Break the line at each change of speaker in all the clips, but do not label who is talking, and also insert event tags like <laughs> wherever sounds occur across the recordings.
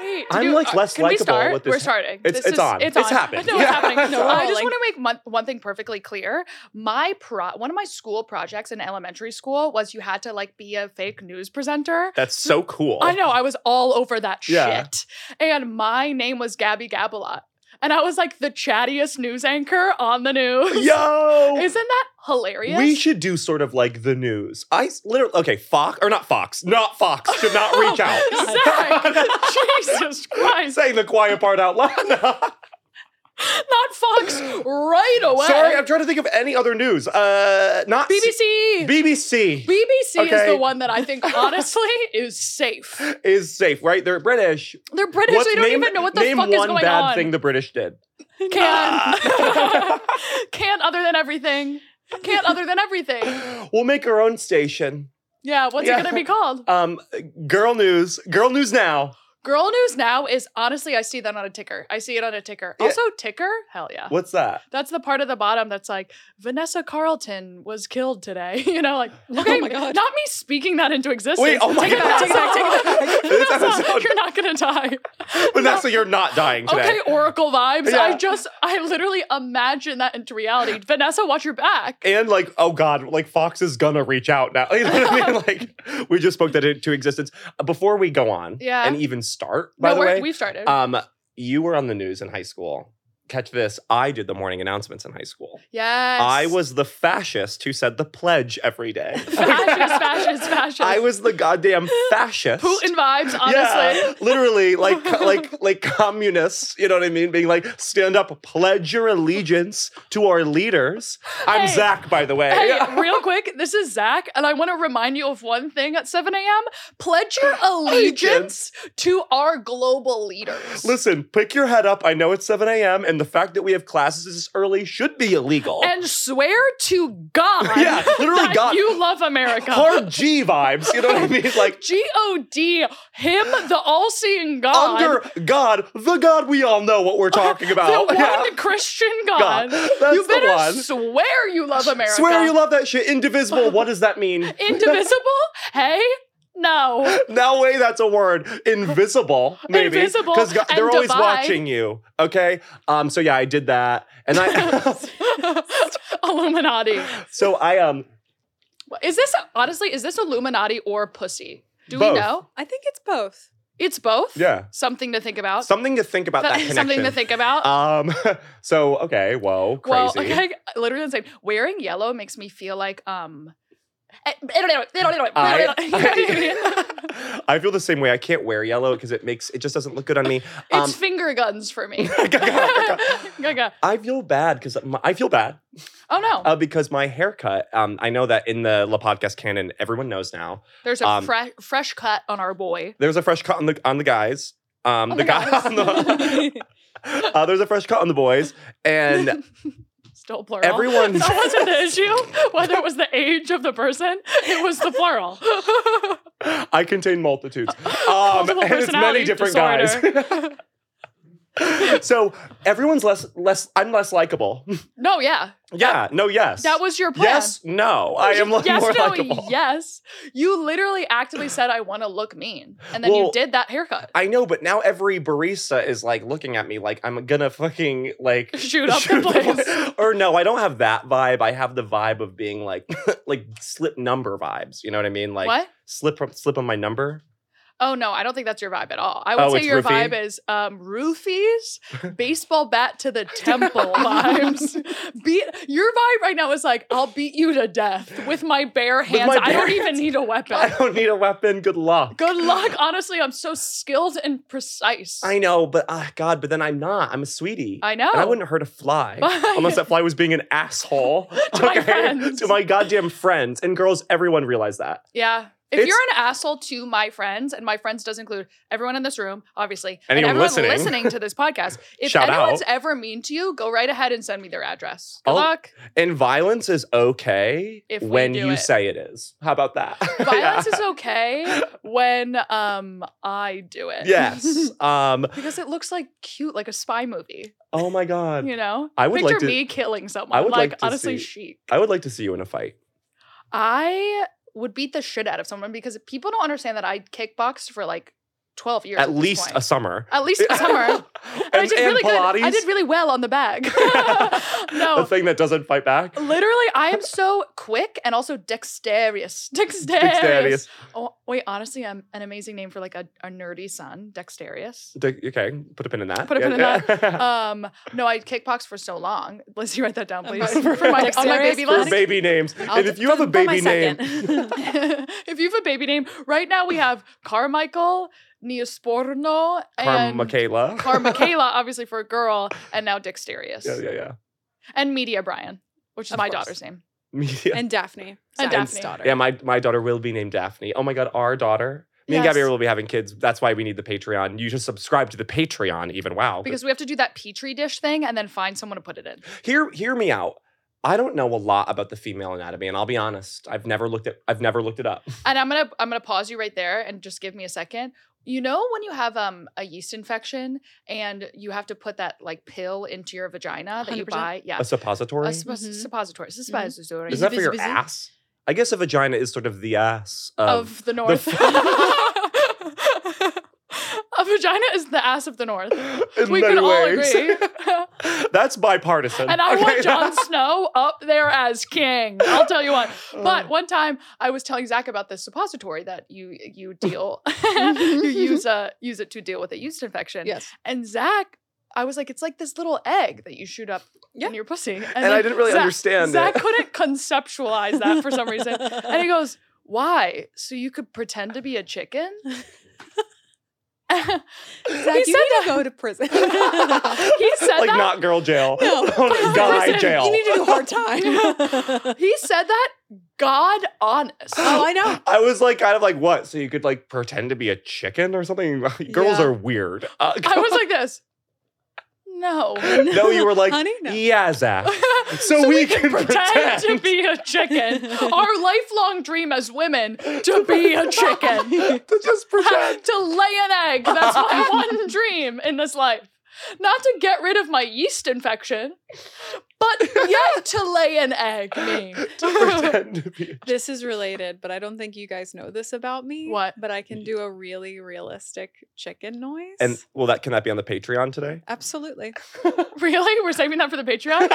Wait,
I'm,
do- uh,
like, less
can we
likable
start?
with this-
We're starting.
It's-
This
it's
is-
on.
It's on.
It's happened.
No, it's
Yeah.
happening.
<laughs> It's
No,
on.
I just
Like-
want to make mon- one thing perfectly clear. My pro, one of my school projects in elementary school was you had to like be a fake news presenter.
That's so cool.
I know. I was all over that
Yeah.
shit, and my name was Gabby Gabalot, and I was like the chattiest news anchor on the news.
Yo!
<laughs> Isn't that hilarious?
We
<laughs>
should do sort of like the news. I s- literally okay, Fox or not Fox, not Fox should not
<laughs>
reach out.
Zach, Oh Jesus Christ!
<laughs> Saying the quiet part out loud. <laughs>
Not Fox right away.
Sorry, I'm trying to think of any other news. Uh, not C-
BBC.
<laughs> BBC
BBC is
Okay.
the one that I
<laughs>
think honestly is safe.
is safe, right? They're British.
They're British.
What's-
they don't
name-
even know what the
name
fuck is
one
going
bad
on.
thing the British did. <laughs>
Can can other than everything. Can other than everything.
We'll make our own station.
Yeah. What's
Yeah.
it gonna be called?
Um, girl news, girl news now.
Girl News Now is honestly I see that on a ticker. I see it on a ticker.
Yeah.
Also ticker. Hell yeah. <laughs>
What's that?
That's the part of the bottom that's like Vanessa Carlton was killed today. <laughs> You know, like okay,
my God.
not me speaking that into existence.
Oh Wait, oh my
take
God.
It back, take it back, take it back.
<laughs> This
Vanessa, <laughs>
episode-
You're not gonna die.
Vanessa, you're not dying today.
Okay, Oracle vibes.
Yeah.
I just, I literally imagine that into
<laughs>
reality. Vanessa, watch your back.
and like oh god like fox is gonna reach out now <laughs> you know what i mean like we just spoke that into existence before we go on
Yeah.
and even start by
no,
the
we're-
way
we've started.
um you were on the news in high school catch this i did the morning announcements in high school
yes.
i was the fascist who said the pledge every day
Fascist, fascist, fascist.
<laughs> i was
<gasps>
the goddamn fascist
Putin vibes, honestly.
<laughs> yeah, literally, like,
<laughs>
like, like communists. You know what I mean? Being like, stand up, pledge your allegiance to our leaders. I'm
Hey.
Zach, by the way.
Hey, real quick, this is Zach, and I want to remind you of one thing at 7 a.m. Pledge
<laughs>
your allegiance to our global leaders.
<laughs> Listen, pick your head up. I know it's 7 a.m., and the fact that we have classes this early should be illegal.
And swear to God
oh. <laughs> Yeah, literally
that
God.
you love America.
Hard G vibes, you know what I
<laughs>
mean? Like,
G O D, him, the all seeing God.
under God, the God we all
<laughs>
know what we're talking about.
The one
Oh, Yeah.
Christian God.
God. That's
you
the
better
one.
swear you love America.
Swear you love <laughs> that shit. Indivisible, what does that mean?
Indivisible? hey?
<laughs>
No.
No way, that's a word.
<laughs>
Invisible, maybe.
Invisible
Because they're
and
always
divide.
watching you. Okay. Um. So yeah, I did that, and
<laughs>
I. <laughs>
Illuminati.
so I um.
Is this honestly, is this Illuminati or pussy? Do
Both.
we know?
I think it's both.
It's both?
Yeah.
Something to think about.
Something to think about that,
Th-
connection.
<laughs> Something to think about.
Um. <laughs> So okay. Whoa. Crazy.
Well,
<laughs>
okay, <laughs> literally insane. Wearing yellow makes me feel like um <laughs> I, <laughs>
<laughs> I, I feel the same way. I can't wear yellow because it makes it just doesn't look good on me.
<laughs>
Um,
it's finger guns for
<laughs>
me. <laughs> Gaga.
I feel bad because I feel bad
Oh no.
uh, because my haircut. Um, I know that in the La Podcast canon, everyone knows now.
There's a
Um,
fresh fresh cut on our boy. Oh
There's a fresh cut on the on the guys. Um,
On the
the guy
guys.
<laughs>
<laughs>
on the, uh, there's a fresh cut on the boys, and
Still plural. <laughs>
everyone. <laughs>
that wasn't the issue. Whether it was the age of the person, it was the plural.
I
<laughs>
contain multitudes. <laughs> Um,
Multiple
and it's many
personality
different <laughs>
disorder.
guys. <laughs> so everyone's less less. I'm
<laughs>
less likable.
no, yeah,
yeah. No. Yes.
that was your plan.
Yes, no. I am
<laughs>
like
yes,
more
no,
likable.
yes. You literally actively said, "I want to look mean," and then
Well-
you did that haircut.
I know, but now every barista is like looking at me like I'm gonna fucking
<laughs> <laughs>
like
Shoot up the place.
pla- Or no, I don't have that vibe. I have the vibe of being <laughs> <laughs> like like slip number vibes. You know what I mean? Like
what?
slip slip on my number.
Oh no, I don't think that's your vibe at all. I
Oh,
would say
it's
your
roofie?
vibe is um,
<laughs>
roofies, baseball bat to the temple vibes. Beat your vibe right now is like I'll beat you to death with my bare
my
hands. I
bare
don't even
hands.
need a
I
weapon.
don't need a weapon. Good
<laughs>
luck.
Good luck. Honestly, I'm so skilled and precise.
I know, but ah, God, but then I'm not. I'm a sweetie.
I know.
And I wouldn't hurt a fly
<laughs> But-
unless that fly was being an asshole
<laughs> To my friends.
to my goddamn friends and girls. Everyone realized that.
yeah. If
It's-
you're an asshole to my friends, and my friends does include everyone in this room, obviously,
Anyone
and everyone
listening.
to
<laughs>
this podcast, if
Shout
anyone's
out.
ever mean to you, go right ahead and send me their address. Good
I'll-
luck.
And violence is okay
If we
when
do
you
it.
say it is. How about that? <laughs>
Violence
Yeah.
is okay when um I do it.
Yes. Um.
<laughs> because it looks like cute, like a spy movie.
Oh my God.
You know?
I would like
Picture
to-
me killing someone.
would
like,
like to
honestly
see-
chic.
I would like to see you in a fight.
I would beat the shit out of someone because people don't understand that I kickboxed for like 12 years.
At
this
least
point.
a summer.
At least a summer. And, I
<laughs> and,
did really
and Pilates.
good. I did really well on the
<laughs>
bag. <laughs>
The
no.
thing that doesn't fight back.
Literally, I am so quick and also dexterous. <laughs> Dexterous.
Dexterous.
Oh wait, honestly, I'm an amazing name for like a, a nerdy son,
<laughs>
dexterous.
De- okay, put a pin in that.
Put a pin in
<laughs> that.
Um, no, I kickbox for so long. <laughs> Lizzie, write that down,
I'm
please. <laughs>
sorry.
For my, on my baby
Dexterous
for
Last-
list. <laughs>
baby names.
I'll
and
d-
if you have a
for my
baby name,
second.
<laughs>
if you have a baby name, right now we have Carmichael, Neosporno,
Carm
and
Michaela.
<laughs>
<laughs>
Carmichaela, obviously for a girl, and now Dexterious,
yeah, yeah, yeah.
and Media Brian, which is
Of
my
course.
daughter's name.
Media.
and Daphne,
And
Zion's
Daphne.
daughter.
yeah, my, my daughter will be named Daphne. Oh my God, our daughter. Me and
Yes.
Gabby will be having kids. That's why we need the Patreon. You should subscribe to the Patreon, even. Wow.
Because we have to do that petri dish thing and then find someone to put it in.
hear hear me out. I don't know a lot about the female anatomy, and I'll be honest. I've never looked at I've never looked it up.
And I'm gonna I'm gonna pause you right there and just give me a second. You know when you have um a yeast infection and you have to put that like pill into your vagina that you
100%.
buy? Yeah.
A suppository?
A suppo-
Mhm.
suppository. Suppository
Is that for your
Busy, busy.
ass? I guess a vagina is sort of the ass of,
of the north.
<laughs>
a vagina is the ass of the north.
<laughs> in
we
many
can all
ways. <laughs>
agree.
That's bipartisan.
and I
okay?
want
<laughs>
Jon Snow up there as king. I'll tell you what.
Mm.
Mm.
But one time I was telling Zach about this suppository that you
<laughs>
you deal
Mm-hmm.
you use uh use it to deal with a yeast infection.
Yes.
And Zach, I was like, it's like this little egg that you shoot up
Yeah.
in your pussy. And,
I didn't really understand it.
Zach couldn't conceptualize that for some
<laughs>
reason.
<laughs>
And he goes, Why? So you could pretend to be a chicken?
<laughs>
Zach,
He
you
said
need to go to prison.
<laughs>
<laughs>
he said
like
that.
<laughs> not girl jail.
No.
guy
Listen,
jail.
You <laughs> need to do hard time.
he said that God honest.
oh, I know.
I was like kind of like what? So you could like pretend to be a chicken or something? <laughs> Girls
Yeah.
are weird. Uh, <laughs>
I was like this. No.
No, you were like
Honey, no.
<laughs>
Yeah, Zach. So, we, can
pretend
pretend,
to be a chicken.
<laughs>
Our lifelong dream as women to be a chicken.
<laughs> to just
<laughs>
pretend.
to lay an egg. That's my
<laughs>
one dream in this life. Not to get rid of my yeast infection, but
<laughs>
yet to lay an egg me.
to pretend to be.
<laughs> This is related, but I don't think you guys know this about me.
What?
But I can do a really realistic chicken noise.
Mm-hmm. And well, that can that be on the Patreon today?
absolutely.
Really? We're saving that for the
<laughs>
Patreon?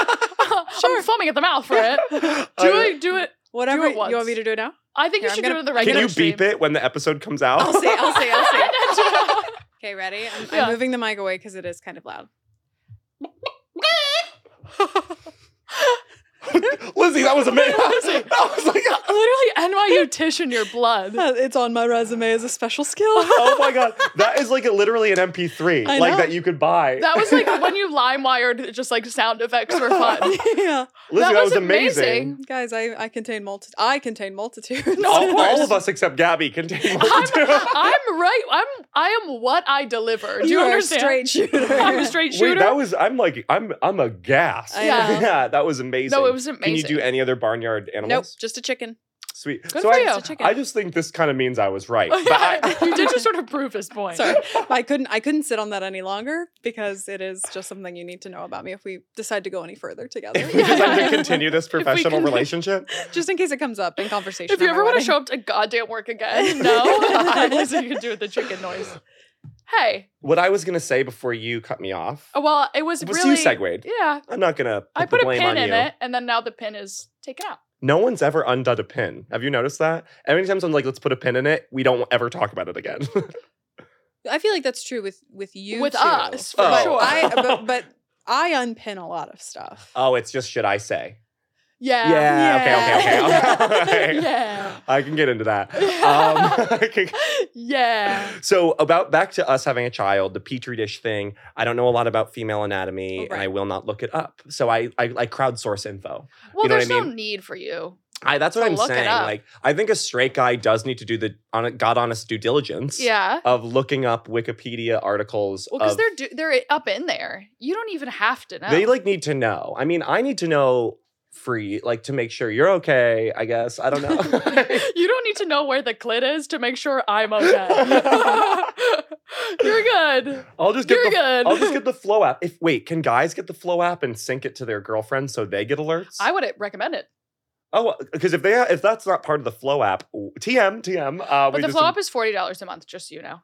<laughs> I'm foaming at the mouth for it. Do
I-
it, do it.
Whatever you
once.
want me to do it now?
I think
Here,
you
I'm
should
gonna-
do it in the
I'm
Can
regular
you beep it when the episode comes out?
<laughs> I'll say, I'll say, I'll say.
it?
<laughs> Okay, ready? I'm, I'm
Yeah.
moving the mic away because it is kind of loud.
<laughs> Lizzie, that was
<laughs>
amazing. <laughs>
Lizzie.
I was like,
<laughs> Literally NYU tish in your
<laughs>
blood.
<laughs> It's on my resume as a special skill. <laughs>
oh my god, that is like a, literally an MP3,
I
like
know.
that you could buy.
That was like when you lime wired just like sound effects for fun.
<laughs> Lizzie,
yeah.
that
that,
was
was amazing.
amazing.
Guys, I, I contain multi I contain <laughs> multitudes.
No,
All,
Of
all
course.
of us except Gabby
<laughs>
can take
I'm right. I'm I am what I deliver. Do you,
you are a
understand?
straight shooter.
I'm a straight shooter.
<laughs> <laughs> Wait, that was I'm like I'm I'm a gas.
I
Yeah.
know.
<laughs> yeah, that was amazing.
no, it was
Can
amazing.
you do any other barnyard
Nope,
animals?
just a chicken.
Sweet.
Good
so
for
I,
you.
Just a chicken.
I just think this kind of means I
<laughs>
was right.
Oh,
But I- <laughs>
yeah, you did just sort of prove his point. <laughs>
Sorry, I couldn't. I couldn't sit on that any longer because it is just something you need to know about me if we decide to go any further together.
if we decide to
Yeah. <laughs>
continue this professional
can-
relationship,
<laughs> just in case it comes up in conversation.
If you
at
ever
my
want to
wedding.
show up to goddamn work
<laughs>
again, no. <laughs> I guess you can do it with the chicken noise. Hey,
what I was gonna say before you cut me off,
well, it was
Was you
Oh, really
segued.
Yeah,
I'm not gonna put
I put
the
a
blame
pin
on
in
you.
it, and then now the pin is taken out.
No one's ever undone a pin. Have you noticed that? Every time someone's like, let's put a pin in it, we don't ever talk about it again. <laughs>
I feel like that's true with with you
With
too.
us, for
but
sure.
I, but, but I unpin a lot of stuff.
oh, it's just shit I say.
Yeah.
Yeah,
<laughs>
okay, okay, <laughs> okay, okay.
yeah.
I can get into that. Um, <laughs>
Yeah.
So about back to us having a child, the petri dish thing. I don't know a lot about female anatomy,
Oh,
and I
right.
will not look it up. So I I, I crowdsource info.
Well,
You know what
there's
I
no
mean?
need for you.
I that's what
So
I'm
look it
saying.
up.
Like I think a straight guy does need to do the on god honest due diligence
Yeah.
of looking up Wikipedia articles.
Well, because
of-
they're do- they're up in there. You don't even have to know.
they like need to know. I mean, I need to know free like to make sure you're okay. I guess I don't know.
<laughs>
<laughs>
you don't need to know where the clit is to make sure I'm okay. <laughs> You're good.
I'll just get
You're
the
good. <laughs>
I'll just get the flow app. If wait, can guys get the flow app and sync it to their girlfriends so they get alerts?
I would recommend it.
Oh, because if they if that's not part of the Flow app, w- TM TM. Uh,
But
we
the
just-
flow up is forty dollars a month, just so you know.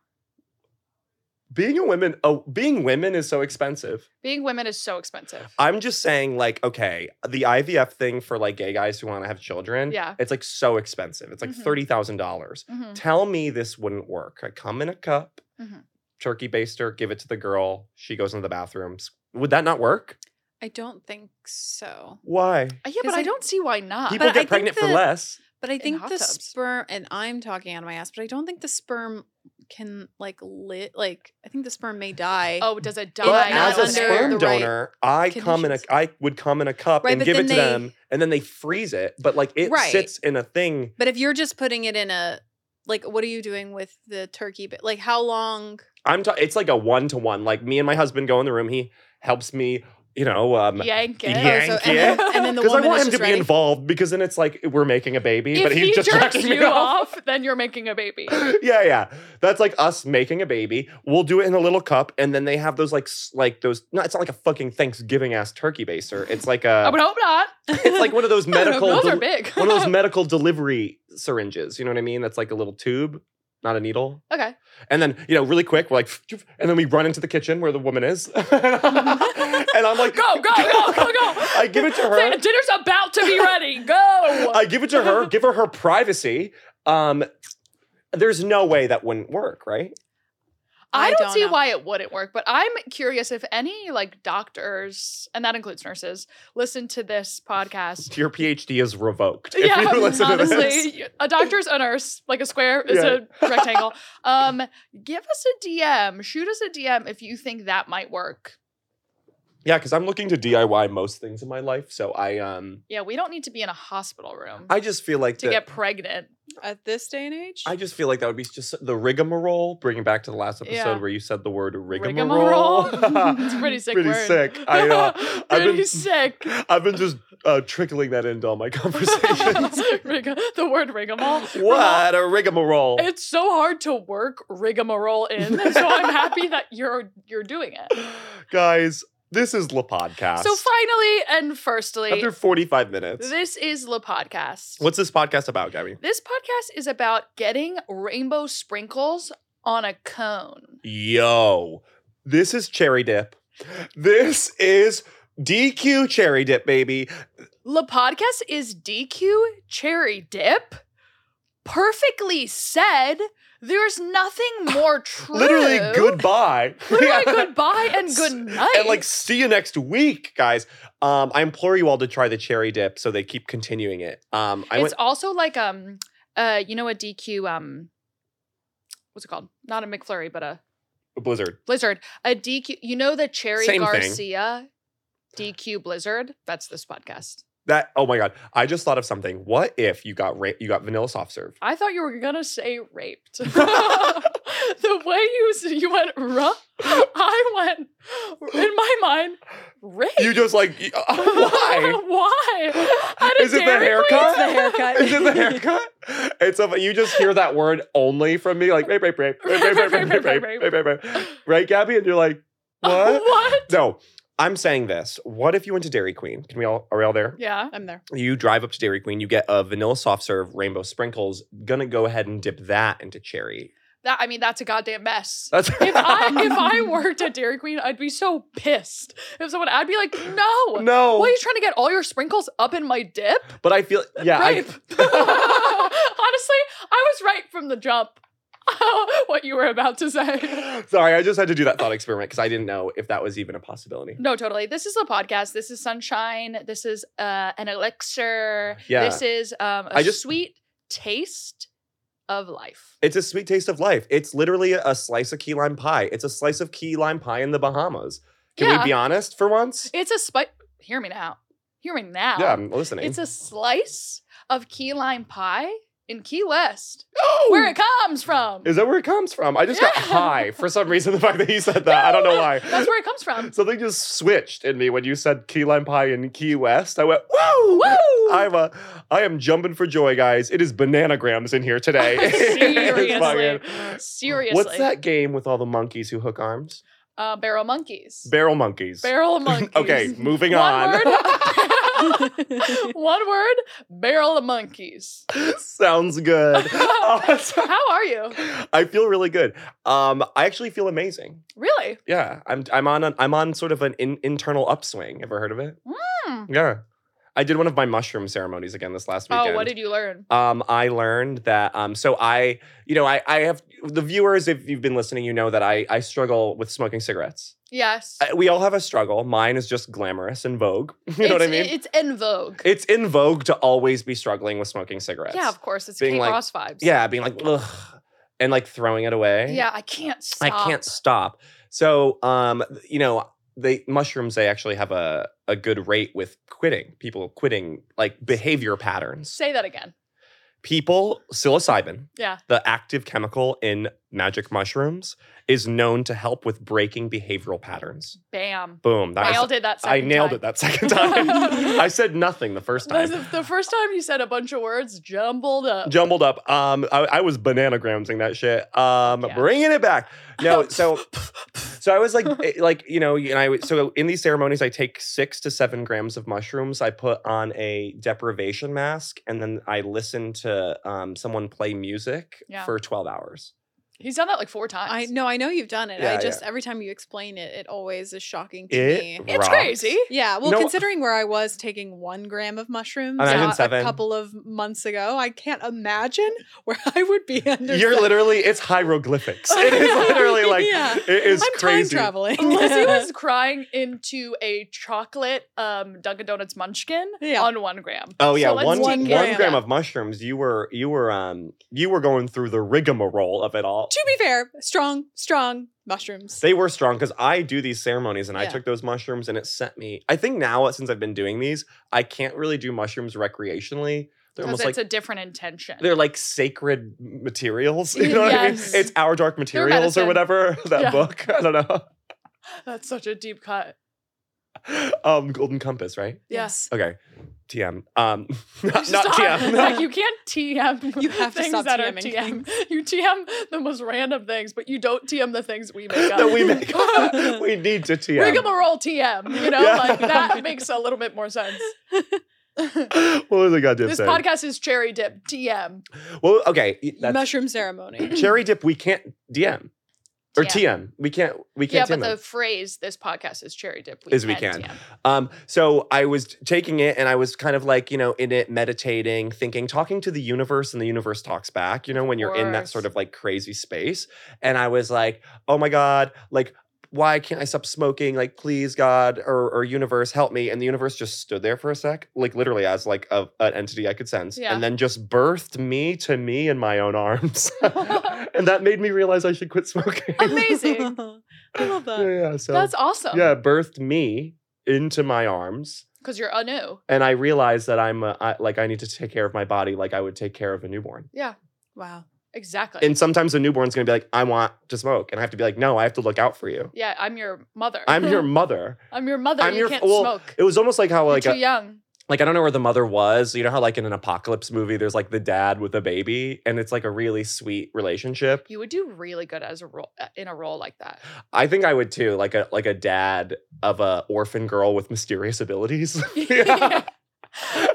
being a woman, oh, being women is so expensive.
Being women is so expensive.
I'm just saying, like, okay, the IVF thing for like gay guys who want to have children,
Yeah.
it's like so expensive. It's like
Mhm.
thirty thousand dollars.
Mm-hmm.
Mhm.
Tell me this wouldn't work. I come in a cup,
Mhm.
turkey baster, give it to the girl. She goes into the bathrooms. Would that not work?
I don't think so.
Why?
Uh, Yeah, but
Is
I
it-
don't see why not.
People
Uh, I
get
think
pregnant for
that-
less.
But I think
hot
the
tubs.
sperm, and I'm talking out of my ass, but I don't think the sperm can like lit. Like I think the sperm may die.
oh, does it die?
But
But
not
as a
under
sperm
the right
donor, I come in a
conditions.
I would come in a cup
Right,
and
but
give it to
then they-
them, and then they freeze it. But like it
Right.
sits in a thing.
But if you're just putting it in a like, what are you doing with the turkey? But like, how long?
I'm ta- it's like a one to one. Like me and my husband go in the room. He helps me, you know, um,
Yank it.
Yeah.
so,
Yank
and, then,
it.
and then the
because I
woman
want
is
him to
just
be
ready.
involved. Because then it's like we're making a baby,
If
<laughs> but he's
he
just <laughs>
jerks
jerking me
you
off.
off, then you're making a baby.
<laughs> yeah, yeah. That's like us making a baby. We'll do it in a little cup, and then they have those like s- like those. No, it's not like a fucking Thanksgiving ass turkey baster. It's
<laughs>
like
I
a
would hope not.
it's like one
<laughs>
of those medical
Those
deli-
are big.
one of those medical delivery syringes. You know what I mean? That's like a little tube, not a needle.
<laughs> okay.
And then, you know, really quick, we're like, and then we run into the kitchen where the woman is. <laughs> and I'm
<laughs>
like,
Go, go, go, go, go.
<laughs> I give it to her.
Say, Dinner's about to be ready. Go.
I give it
<laughs>
to her, give her her privacy. Um, there's no way that wouldn't work, right?
I
I
don't,
don't
see
know.
why it wouldn't work, but I'm curious if any like doctors, and that includes nurses, listen to this
<laughs>
podcast.
Your PhD is revoked. If
yeah,
you <laughs> listen to this.
honestly, a doctor's a nurse, like a square is a rectangle. Um, give us a DM, shoot us a DM if you think that might work.
Yeah, because I'm looking to DIY most things in my life. So I um
Yeah, we don't need to be in a hospital room
I just feel like
to
that-
get pregnant.
at this day and age.
I just feel like that would be just the rigmarole, bringing back to the last episode
Yeah.
where you said the word rigmarole.
Rigmarole. <laughs> it's a pretty sick.
Pretty
word.
sick.
<laughs>
I, uh, I've
pretty
been-
sick.
<laughs> I've been just uh, trickling that into all
<laughs>
my <laughs> conversations.
Rig- the word rigamole.
what a rigmarole.
<laughs> It's so hard to work rigmarole in, so I'm
<laughs>
happy that you're you're doing it.
<sighs> Guys, this is La Podcast.
So finally and firstly,
After 45 minutes.
this is the podcast.
What's this podcast about, Gabby?
This podcast is about getting rainbow sprinkles on a cone.
Yo, this is Cherry Dip. This is DQ Cherry Dip, baby.
The podcast is DQ cherry dip. Perfectly said. There's nothing more true.
<laughs> Literally, goodbye. <laughs>
Literally goodbye and good night.
And like, see you next week, guys. Um, I implore you all to try the cherry dip so they keep continuing it. Um, I
it's
went.
also like um uh you know a DQ um what's it called? Not a McFlurry, but a
Blizzard.
Blizzard. A DQ you know the Cherry
Same thing.
Garcia DQ Blizzard? That's this podcast.
That oh my god! I just thought of something. What if you got ra- you got vanilla soft serve?
I thought you were gonna say
<laughs>
raped. <laughs> the way you s- you went ruh, I went in my mind raped. <laughs>
You just like y- why?
Why? At a
Is it the
Dairy Queen?
haircut?
It's the haircut.
Is it the haircut? It's a, you just hear that word only from me, like rape, rape, rape, rape, rape, rape, rape, rape, rape, rape, rape, rape, rape. right, Gabby? And you're like,
<laughs>
what?
what?
No, I'm saying this. What if you went to Dairy Queen? Can we all are we all there?
Yeah.
I'm <laughs> there.
You drive up to Dairy Queen, you get a vanilla soft serve, rainbow sprinkles. Gonna go ahead and dip that into cherry
That I mean, that's a goddamn mess.
That's
If I if I worked at Dairy Queen, I'd be so pissed. If someone, I'd be
<gasps>
like, no.
<laughs> no,
What are you trying to get all your sprinkles up in my dip?
<laughs>
<laughs>
but I feel yeah. I-
Rape. Honestly, I was right from the jump. <laughs> what you were about to say.
<laughs> sorry, I just had to do that thought experiment because I didn't know if that was even a possibility.
No, totally. This is a podcast. This is sunshine. This is uh, an elixir.
Yeah.
This is um, a
I just-
sweet taste of life.
It's a sweet taste of life. It's literally a slice of key lime pie. It's a slice of key lime pie in the Bahamas. Can
Yeah.
we be honest for once?
It's a spice. Hear me now. Hear me now.
Yeah, I'm listening.
It's a slice of key lime pie in Key West, where it comes from.
Is that where it comes from? I just got
Yeah.
high for some reason. The fact that you said that, I don't know why.
That's where it comes from.
Something just switched in me when you said key lime pie in Key West. I went, <laughs> woo!
Woo! <laughs>
I'm a, I <laughs> am jumping for joy, guys. It is bananagrams in here today. It's
<laughs> Seriously.
fucking-
Seriously.
What's that game with all the monkeys who hook arms?
Uh, barrel monkeys.
Barrel monkeys.
barrel monkeys.
<laughs> Okay, moving
One
on. <laughs>
word. <laughs> One word. Barrel of monkeys.
<laughs>
<laughs>
Sounds good. <laughs> Awesome.
How are you?
I feel really good. Um, I actually feel amazing.
Really?
Yeah, I'm I'm on an, I'm on sort of an in, internal upswing. Ever heard of it?
Mm.
Yeah, I did one of my mushroom ceremonies again this last weekend.
Oh, what did you learn?
um, I learned that um, so I you know I I have the viewers if you've been listening you know that I I struggle with smoking cigarettes.
Yes.
I, we all have a struggle. Mine is just glamorous and vogue. <laughs> You know what I
It's-
mean?
It's in vogue.
it's in vogue to always be struggling with smoking cigarettes.
yeah, of course. It's
being
Kate
like-
Ross vibes.
Yeah, being like ugh, and like throwing it away.
Yeah, I can't stop.
I can't stop. So, um, you know, they mushrooms they actually have a a good rate with quitting. People quitting like behavior patterns.
Say that again.
People psilocybin,
Yeah.
the active chemical in magic mushrooms, is known to help with breaking behavioral patterns.
Bam.
Boom! That
I
was-
nailed it that
I
second
nailed
time. <laughs>
it that second time. <laughs> I said nothing the first time.
The, the first time you said a bunch of words jumbled up.
jumbled up. Um, I, I was bananagramming that shit. Um,
Yeah.
bringing it back.
<laughs>
No, so, so I was like, eh, like you know, and I would- so in these ceremonies, I take six to seven grams of mushrooms. I put on a deprivation mask, and then I listen to um someone play music
Yeah.
for twelve hours.
He's done that like four times.
I no, I know you've done it.
Yeah,
I
yeah.
just every time you explain it, it always is shocking to
It
me.
It's
rocks.
<laughs>
crazy.
Yeah, well,
No, uh
considering where I was taking one gram of mushrooms
And I did
uh, a
seven.
couple of months ago, I can't imagine where I would
<laughs>
be under.
You're
such-
literally it's hieroglyphics. It is
<laughs>
literally like
Yeah.
it is
I'm
crazy.
time traveling. <laughs>
Lizzie was crying into a chocolate um, Dunkin' Donuts munchkin
Yeah.
on one gram.
Oh yeah,
so let's
one,
take
one
one
care
gram.
gram of mushrooms. You were you were um you were going through the rigmarole of it all.
to be fair, strong, strong mushrooms.
They were strong because I do these ceremonies and I
Yeah.
took those mushrooms and it sent me. I think now uh, since I've been doing these, I can't really do mushrooms recreationally. They're
Because
almost
it's
like
a different intention.
they're like sacred materials. <laughs> You know
Yes.
what I mean? It's our dark materials
medicine.
or whatever <laughs> that
Yeah. <laughs>
book. I don't know.
That's such a deep cut.
Um, Golden Compass, right?
yes.
Okay, TM. Um, <laughs> not,
Stop. <laughs> like
TM.
you can't TM.
You have to
things
stop
that are
TMing
TM. <laughs> You TM the most random things, but you don't TM the things
<laughs>
we make up.
<laughs> that
<laughs>
we make. <laughs> up. we need to TM.
Rigmarole TM. You know,
Yeah.
like that makes a little bit more sense.
<laughs> what was I goddamn
this
saying?
podcast is cherry dip TM.
well, okay, y- that's
Mushroom <laughs> ceremony.
cherry dip. We can't DM or
TM.
TM. We can't. We
Yeah,
can't.
but
TM
the
them.
phrase "this podcast is cherry dip"
Is we can.
TM.
Um, so I was t- taking it and I was kind of like, you know, in it, meditating, thinking, talking to the universe, and the universe talks back, you know, when you're in that
course.
sort of like crazy space. And I was like, oh my God, like, why can't I stop smoking? Like, please, God or, or universe, help me. And the universe just stood there for a sec, like literally as like a, an entity I could sense,
Yeah.
and then just birthed me to me in my own arms. and that made me realize I should quit smoking.
Amazing.
<laughs> I love
<laughs> yeah,
that.
yeah. So
That's awesome.
yeah, birthed me into my arms
because you're anu.
and I realized that I'm uh, I, like I need to take care of my body like I would take care of a newborn.
Yeah,
Wow.
exactly.
And sometimes a newborn's gonna be like, I want to smoke, and I have to be like, No, I have to look out for you.
yeah, I'm your mother.
I'm
<laughs>
your mother.
I'm your mother.
I'm
you
your-
can't
well,
smoke.
It was almost like how like uh,
you're too
a-
young.
like I don't know where the mother was. You know how like in an apocalypse movie, there's like the dad with a baby, and it's like a really sweet relationship.
You would do really good as a role uh, in a role like that.
I think I would
<laughs>
too, <laughs> like a like a dad of a orphan girl with mysterious abilities.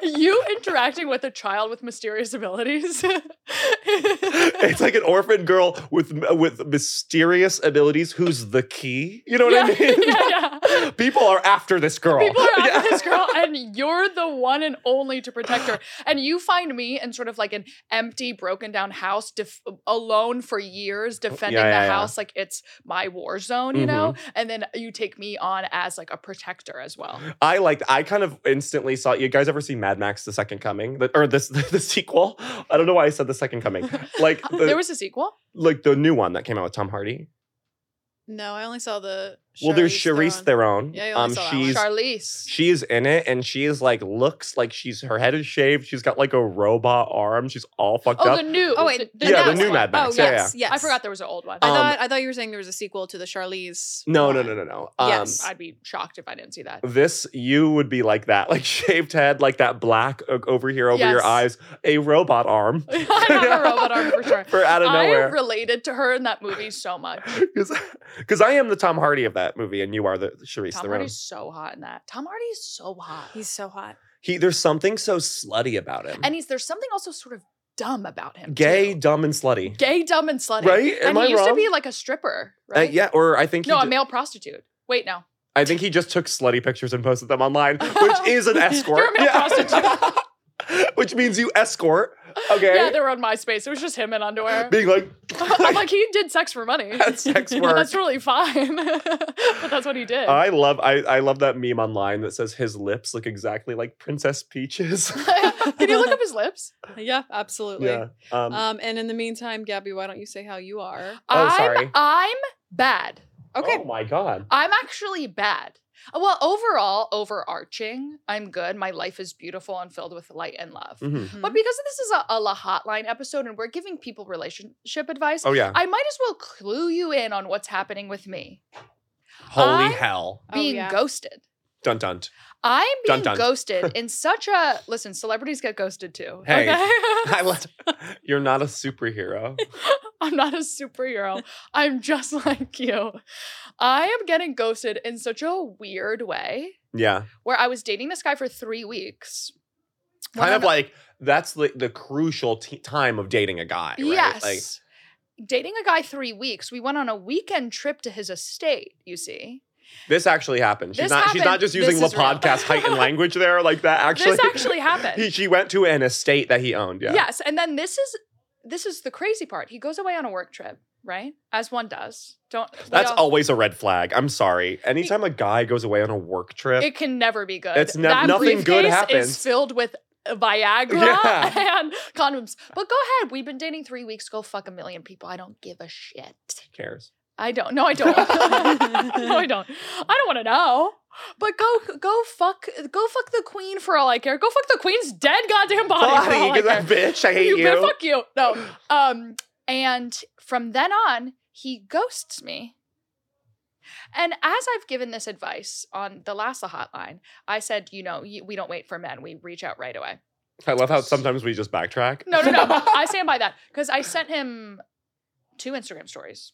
you interacting with a child with mysterious
<laughs>
abilities. <laughs>
it's like an orphan girl with with mysterious abilities who's the key. You know what
yeah, <laughs>
I mean?
yeah, yeah.
People are after this girl.
People are after
Yeah.
this girl, and you're the one and only to protect her. And you find me in sort of like an empty, broken down house, def- alone for years, defending
Oh, yeah, Mm-hmm.
the
yeah.
house like it's my war zone, you know. And then you take me on as like a protector as well.
<laughs> I liked. I kind of instantly saw. You guys ever see Mad Max: The Second Coming, The- or this <laughs> the sequel? I don't know why I said the
<laughs>
Second Coming. Like <gasps> the,
there was a sequel.
like the new one that came out with Tom Hardy.
No, I only saw the.
well, there's Charisse
Theron.
Theron. Um,
Yeah, I only saw that one.
she's
Charlize.
she is in it, and she is like looks like she's her head is shaved. She's got like a robot arm. She's all fucked
Oh,
up.
the new.
Oh wait,
the Yeah, the
last
new
one.
Mad Max.
Oh
Yeah,
yes, yes.
I forgot there was an old one.
I
Um,
thought I thought you were saying there was a sequel to the Charlize.
no, no, no, no, no. Um,
Yes.
I'd be shocked if I didn't see
<laughs>
that. <laughs>
this you would be like that, <laughs> like shaved head, like that black o- over here over your
Yes.
eyes, a robot arm
I have a robot arm for sure.
<laughs> for out of
I
nowhere.
related to her in that movie so much.
Because I am the Tom Hardy of that movie, and you are the Charisse
Tom
Theron.
Hardy's so hot in that. Tom Hardy is so hot.
He's so hot.
He there's something so slutty about him.
and he's there's something also sort of dumb about him.
Gay,
too.
dumb, and slutty.
gay, dumb, and slutty.
Right? Am
and
I
he used
wrong?
to be like a stripper,
Uh,
right?
yeah, or I think he
No, a
ju-
male prostitute. Wait, no.
I think he just took slutty pictures and posted them
<laughs>
online, which is an escort.
You're a male
<laughs> which means you escort. Okay.
Yeah, they were on MySpace. It was just him in
<laughs>
underwear. <laughs>
being like,
I'm like, he did sex for money.
<laughs>
<laughs>
That's sex
And
work.
That's really fine. <laughs> but that's what he did.
I love I, I love that meme online that says his lips look exactly like Princess Peaches.
<laughs>
<laughs>
Can you look up his lips?
Yeah, absolutely.
yeah. Um,
Uh,
Um, and in the meantime, Gabby, why don't you say how you are?
<laughs> Oh,
I'm,
sorry.
I'm bad.
Okay.
Oh my god.
I'm actually bad. Well, overall, overarching, I'm good. My life is beautiful and filled with light and love.
Mhm.
Mm-hmm.
But because this is a, a La Hotline episode and we're giving people relationship advice,
Oh yeah.
I might as well clue you in on what's happening with me
Holy
I-
hell.
Oh,
being
yeah.
ghosted. <laughs>
Dun dun.
I'm
Dun,
being
dun. <laughs>
ghosted in such a listen, celebrities get ghosted too.
Hey. <laughs>
Okay. <laughs>
I love You're not a superhero.
I'm not a superhero. I'm just <laughs> like you. I am getting ghosted in such a weird way.
Yeah.
where I was dating this guy for three weeks. One
Kind of
on-
like that's the, the crucial t- time of dating a guy, right?
yes.
Like
Dating a guy three weeks, we went on a weekend trip to his estate, you see.
This actually happened. She's
This
not. She's not
happened.
just using the
This is real.
podcast heightened language there. Like that
<laughs>
actually.
this actually happened.
<laughs> He, she went to an estate that he owned. Yeah.
Yes. And then this is this is the crazy part. He goes away on a work trip, right? As one does. Don't we
That's
all-
always a red flag. I'm sorry. Anytime a guy goes away on a work trip,
it can never be good.
It's nev-
that
nothing good
briefcase
happens.
is filled with Viagra
<laughs>
<laughs>
Yeah.
and condoms. But go ahead. We've been dating three weeks. Go fuck a million people. I don't give a shit. <laughs>
who cares?
I don't. No, I don't. <laughs> no, I don't. I don't want to know. But go, go fuck, go fuck the queen for all I care. Go fuck the queen's dead goddamn body. for all I care.
Body, that bitch. I hate you.
you better fuck you. No. Um. And from then on, he ghosts me. And as I've given this advice on the Lassa hotline, I said, you know, y- we don't wait for men; we reach out right away.
I love how sometimes we just backtrack.
No, no, no. I stand by that because I sent him two Instagram stories.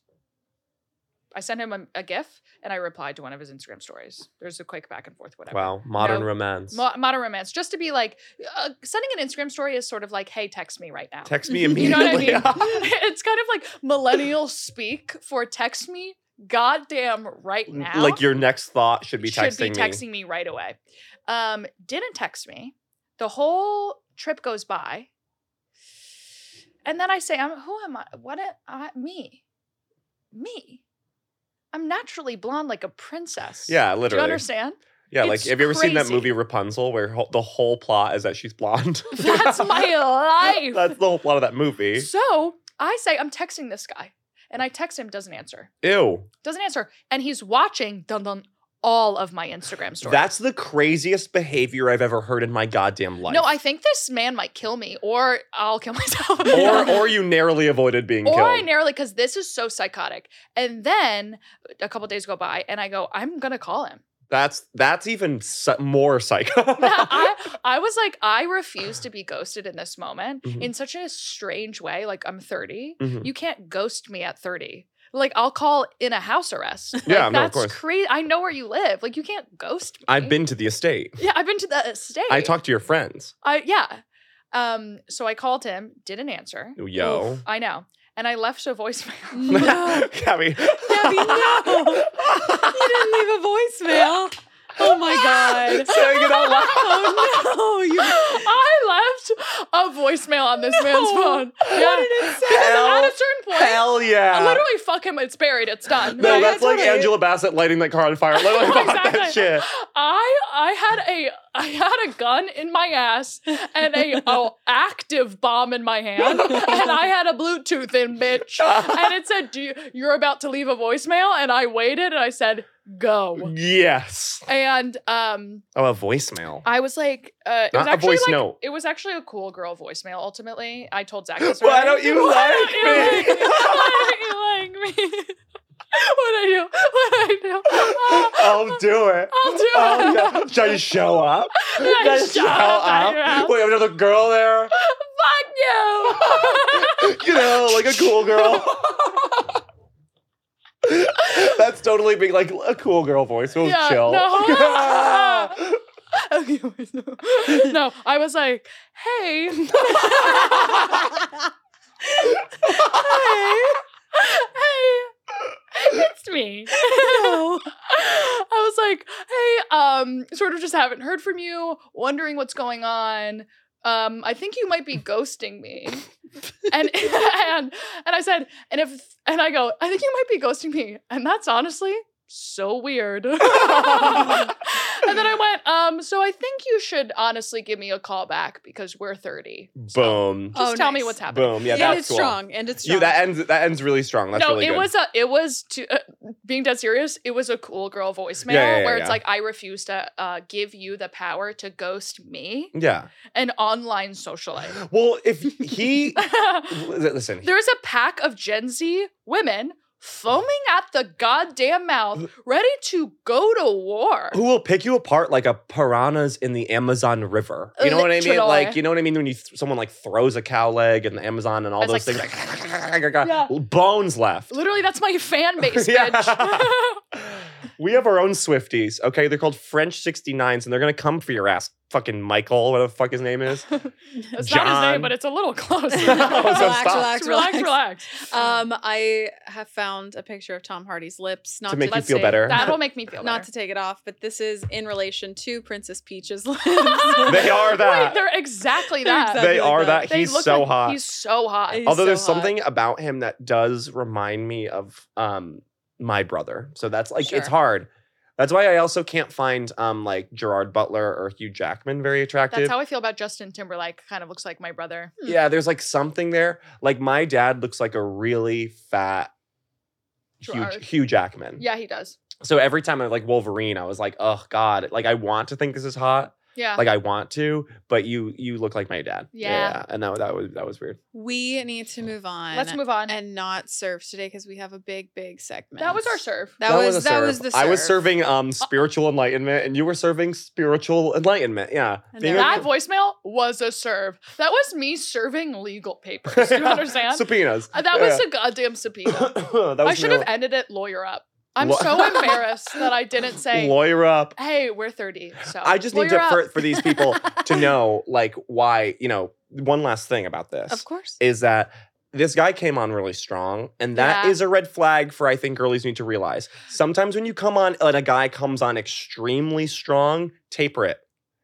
I sent him a, a GIF and I replied to one of his Instagram stories. There's a quick back and forth, whatever.
<laughs> wow, modern
No.
romance.
Mo- modern romance, just to be like, uh, sending an Instagram story is sort of like, hey, text me right now.
Text
<laughs>
me
you know
immediately.
what I
<laughs>
mean? it's kind of like millennial speak for text me goddamn right now.
Like your next thought should be
should be
texting
texting
me.
me right away. Um, didn't text me. The whole trip goes by, and then I say, "I'm who am I? What am I? Me, me. I'm naturally blonde like a princess.
Yeah,
do you
literally. <laughs>
understand?
Yeah, like
It's
have you ever seen that
crazy.
movie Rapunzel, where ho- the whole plot is that she's blonde?
<laughs> That's
<laughs>
my life.
That's the whole plot of that movie.
so I say, I'm texting this guy, and I text him, doesn't answer,
Ew.
doesn't answer, and he's watching dun dun all of my Instagram stories.
That's the craziest behavior I've ever heard in my goddamn life.
no, I think this man might kill me, or I'll kill <laughs> myself.
or or you narrowly avoided being
or
killed.
I narrowly because this is so psychotic. And then a couple days go by, and I go, I'm gonna call him. <laughs>
that's that's even su- more psycho. <laughs>
I, I was like, I refuse to be ghosted in this moment
Mhm.
in such a strange way. Like I'm 30,
Mhm.
you can't ghost me at 30. Like I'll call in a house arrest. Like,
<laughs> Yeah, no, of
that's
course.
crazy. I know where you live. Like you can't ghost me.
I've been to the estate.
<laughs> Yeah, I've been to the estate.
I talked to your friends.
I yeah. Um. So I called him. Didn't answer.
Yo.
I know. And I left a voicemail.
No.
<laughs> Gabby.
Gabby,
<laughs>
no. You didn't leave a voicemail. <laughs> Oh my
Saying
god.
it
<laughs>
out loud.
<laughs> Oh no. You,
<laughs> I left a voicemail on this man's
No.
phone.
What
Yeah.
did it say?
Because
Hell-
at a certain point,
Hell yeah.
I literally fuck him. It's buried. It's done.
no,
right?
that's like
totally.
Angela Bassett lighting that car on fire.
<laughs>
Literally, fuck
Exactly.
that shit.
I I had a I had a gun in my ass and a, a active bomb in my hand and I had a Bluetooth in bitch and it said Do you, you're about to leave a voicemail and I waited and I said go
Yes.
and um
Oh,
<laughs>
a voicemail.
I was like uh, it was
Not a
actually
voice
like
note.
it was actually a cool girl voicemail ultimately I told
<laughs>
Zach this
Why
already.
don't you
<laughs> Why don't
like
you
me?
Why don't you like me <laughs> what I do what I
<laughs>
do Ah,
I'll do it.
I'll do
Oh,
it.
yeah. Should I just show
<laughs>
up?
Should I show up at your house?
Wait, another girl there?
Fuck you!
You know, like a cool
<laughs>
girl. That's totally being like a cool girl voice. We'll
Yeah,
chill.
no.
<laughs>
Okay, wait, no. <laughs> no, I was like, hey. <laughs>
<laughs>
hey. Hey. It's me. <laughs>
No.
I was like, hey, um, sort of just haven't heard from you, wondering what's going on. Um, I think you might be ghosting me. and <laughs> and and I said, and if and I go, I think you might be ghosting me. And that's honestly so weird. <laughs> and then
<laughs>
I went, um, so I think you should honestly give me a call back because we're 30.
<laughs> Boom.
Just
Oh,
tell me
nice.
what's happening.
Boom. Yeah,
and
that's
it's
cool.
strong. And it's strong.
You <laughs> that ends that ends really strong. That's
no,
really
it
good.
was a it was to uh, being dead serious. It was a cool girl voicemail
Yeah, yeah,
where
yeah.
it's like I refuse to uh, give you the power to ghost me,
yeah.
an online
<gasps>
socialite. <laughs>
Well, if he
there
listen,
is a pack of Gen Z women foaming at the goddamn mouth, ready to go to war.
who will pick you apart like a piranhas in the Amazon River. You
Uh,
know what I mean?
Literally.
Like, you know what I mean when you th- someone like throws a cow leg in the Amazon and all
It's
those
like-
things,
<laughs>
<laughs>
Yeah.
bones left. <laughs>
Literally, that's my fan base,
Yeah.
bitch. <laughs>
<laughs> We have our own Swifties, okay? They're called French 69s and they're gonna come for your ass, fucking Michael, whatever the fuck his name
<laughs>
is.
That's not his
John.
name, but it's a little
<laughs>
close.
Oh, so stop.
relax, relax, relax.
Um, I have found a picture of Tom Hardy's lips. Not
To make you
Let's
feel
see.
better.
That'll make me feel better.
not to take it off, but this is in relation to Princess Peach's <laughs> lips.
<laughs>
They are
Wait,
that.
they're exactly
They're
that.
exactly
they
like
are <laughs> that.
that.
They
He's
look
so
like-
hot.
He's so hot.
He's
Although
so
there's
hot.
something about him that does remind me of um my brother. So that's like
Sure.
it's hard. That's why I also can't find um like Gerard Butler or Hugh Jackman very attractive.
That's how I feel about Justin Timberlake. Kind of looks like my brother.
yeah, there's like something there. Like my dad looks like a really fat Hugh,
Gerard.
Hugh Jackman.
Yeah, he does.
So every time I like Wolverine, I was like, oh god, like I want to think this is hot.
Yeah.
Like I want to, but you you look like my dad.
Uh-huh. Yeah.
And that that was that was weird.
we need to move on.
Let's move on.
and not serve today because we have a big, big segment.
that was our serve.
That, was, that was the
serve.
serve.
I was serving
Uh,
um spiritual enlightenment, and you were serving spiritual enlightenment. Yeah,
And
Being
there-
That
a-
voicemail was a serve. That was me serving legal
<laughs>
papers. <laughs> Do you understand?
subpoenas.
Uh, that was a goddamn subpoena.
<coughs> <laughs> that
I
was
should have ended it lawyer up. I'm
Law- <laughs>
so embarrassed that I didn't say,
lawyer up.
hey, we're 30. So
I just need
lawyer
to
up.
for, for
<laughs>
these people to know like why you know one last thing about this
of course.
is that. This guy came on really strong, and that is
Yeah.
a red flag for I think girlies need to realize. Sometimes when you come on and a guy comes on extremely strong, taper it.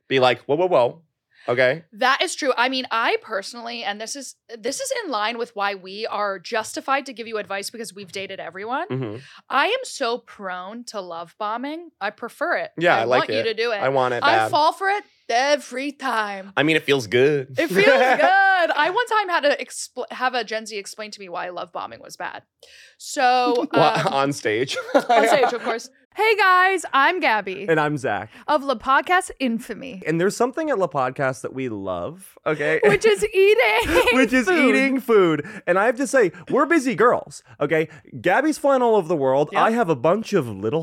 Be like, whoa, whoa, whoa. Okay.
That is true. I mean, I personally, and this is this is in line with why we are justified to give you advice because we've dated everyone.
hmm
I am so prone to love bombing. I prefer it.
Yeah, I like
want you
it.
to do it.
I want it bad.
I fall for it every time.
I mean, it feels good.
It
<laughs>
feels good. I one time had to expl- have a Gen Z explain to me why love bombing was bad. So
<laughs> Wha-
um,
on stage.
on stage, of course. Hey guys, I'm Gabby
<laughs> And I'm Zach.
of La Podcast
<laughs>
Infamy,
And there's something at La Podcast that we love, okay?
<laughs> which is eating.
<laughs> Which is
food.
eating food. And I have to say, we're busy girls, okay? Gabby's flying all over the world.
Yep.
I have a bunch of little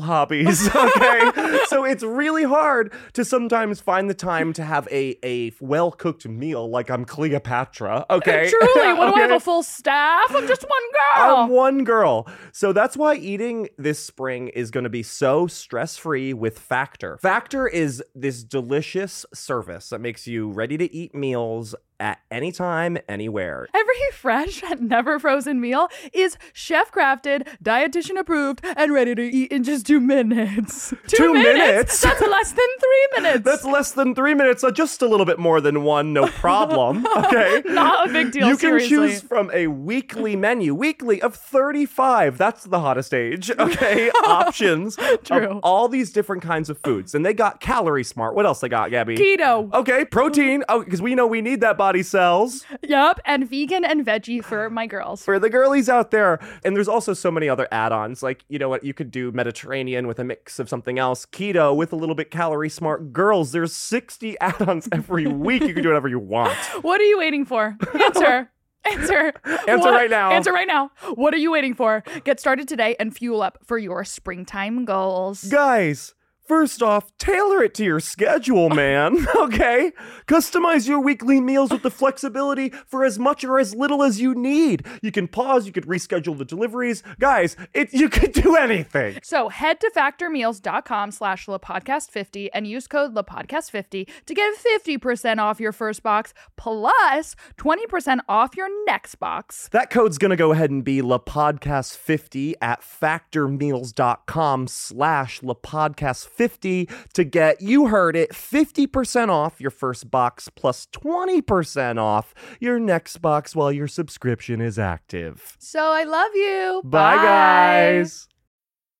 <laughs>
hobbies, <laughs> okay? so it's really hard to sometimes find the time to have a, a well cooked meal like I'm Cleopatra, okay?
Truly, what do I have a
<laughs> Okay?
full staff? I'm just one girl.
I'm one girl. So that's why eating this spring is going to be so stress free with Factor. Factor is this delicious service that makes you ready to eat meals at any time, anywhere.
Every fresh and never frozen meal is chef crafted, dietitian approved, and ready to eat in just two minutes. Two,
<laughs> Two minutes?
That's less than three minutes.
<laughs> That's less than three minutes, so just a little bit more than one,
<laughs>
no problem. Okay.
Not a big deal,
You can
seriously.
choose from a weekly menu, weekly of 35. That's the
<laughs>
hottest age. Okay. Options. of
True.
all these different kinds of foods. And they got calorie smart. What else they got, Gabby?
keto.
Okay, protein. Oh, because we know we need that body cells
Yup, and vegan and veggie for my girls.
for the girlies out there. And there's also so many other add-ons. Like, you know what, you could do Mediterranean with a mix of something else, keto with a little bit calorie smart. Girls, there's 60 <laughs> add-ons every week. You can do whatever you want.
What are you waiting for?
<laughs>
Answer. Answer.
Answer
What-
right now.
Answer right now. What are you waiting for? Get started today and fuel up for your springtime goals.
Guys, first off, tailor it to your schedule, man. <laughs> Okay? Customize your weekly meals with the flexibility for as much or as little as you need. You can pause, you could reschedule the deliveries. Guys, it you could do anything.
So head to factormeals.com slash lapodcast50 and use code lapodcast50 to get 50% off your first box plus 20% off your next box.
That code's going to go ahead and be LaPodcast50 at factormeals.com slash LaPodcast50 to get, you heard it, 50% off your first box plus 20% off your next box while your subscription is active.
So I love you.
Bye, guys.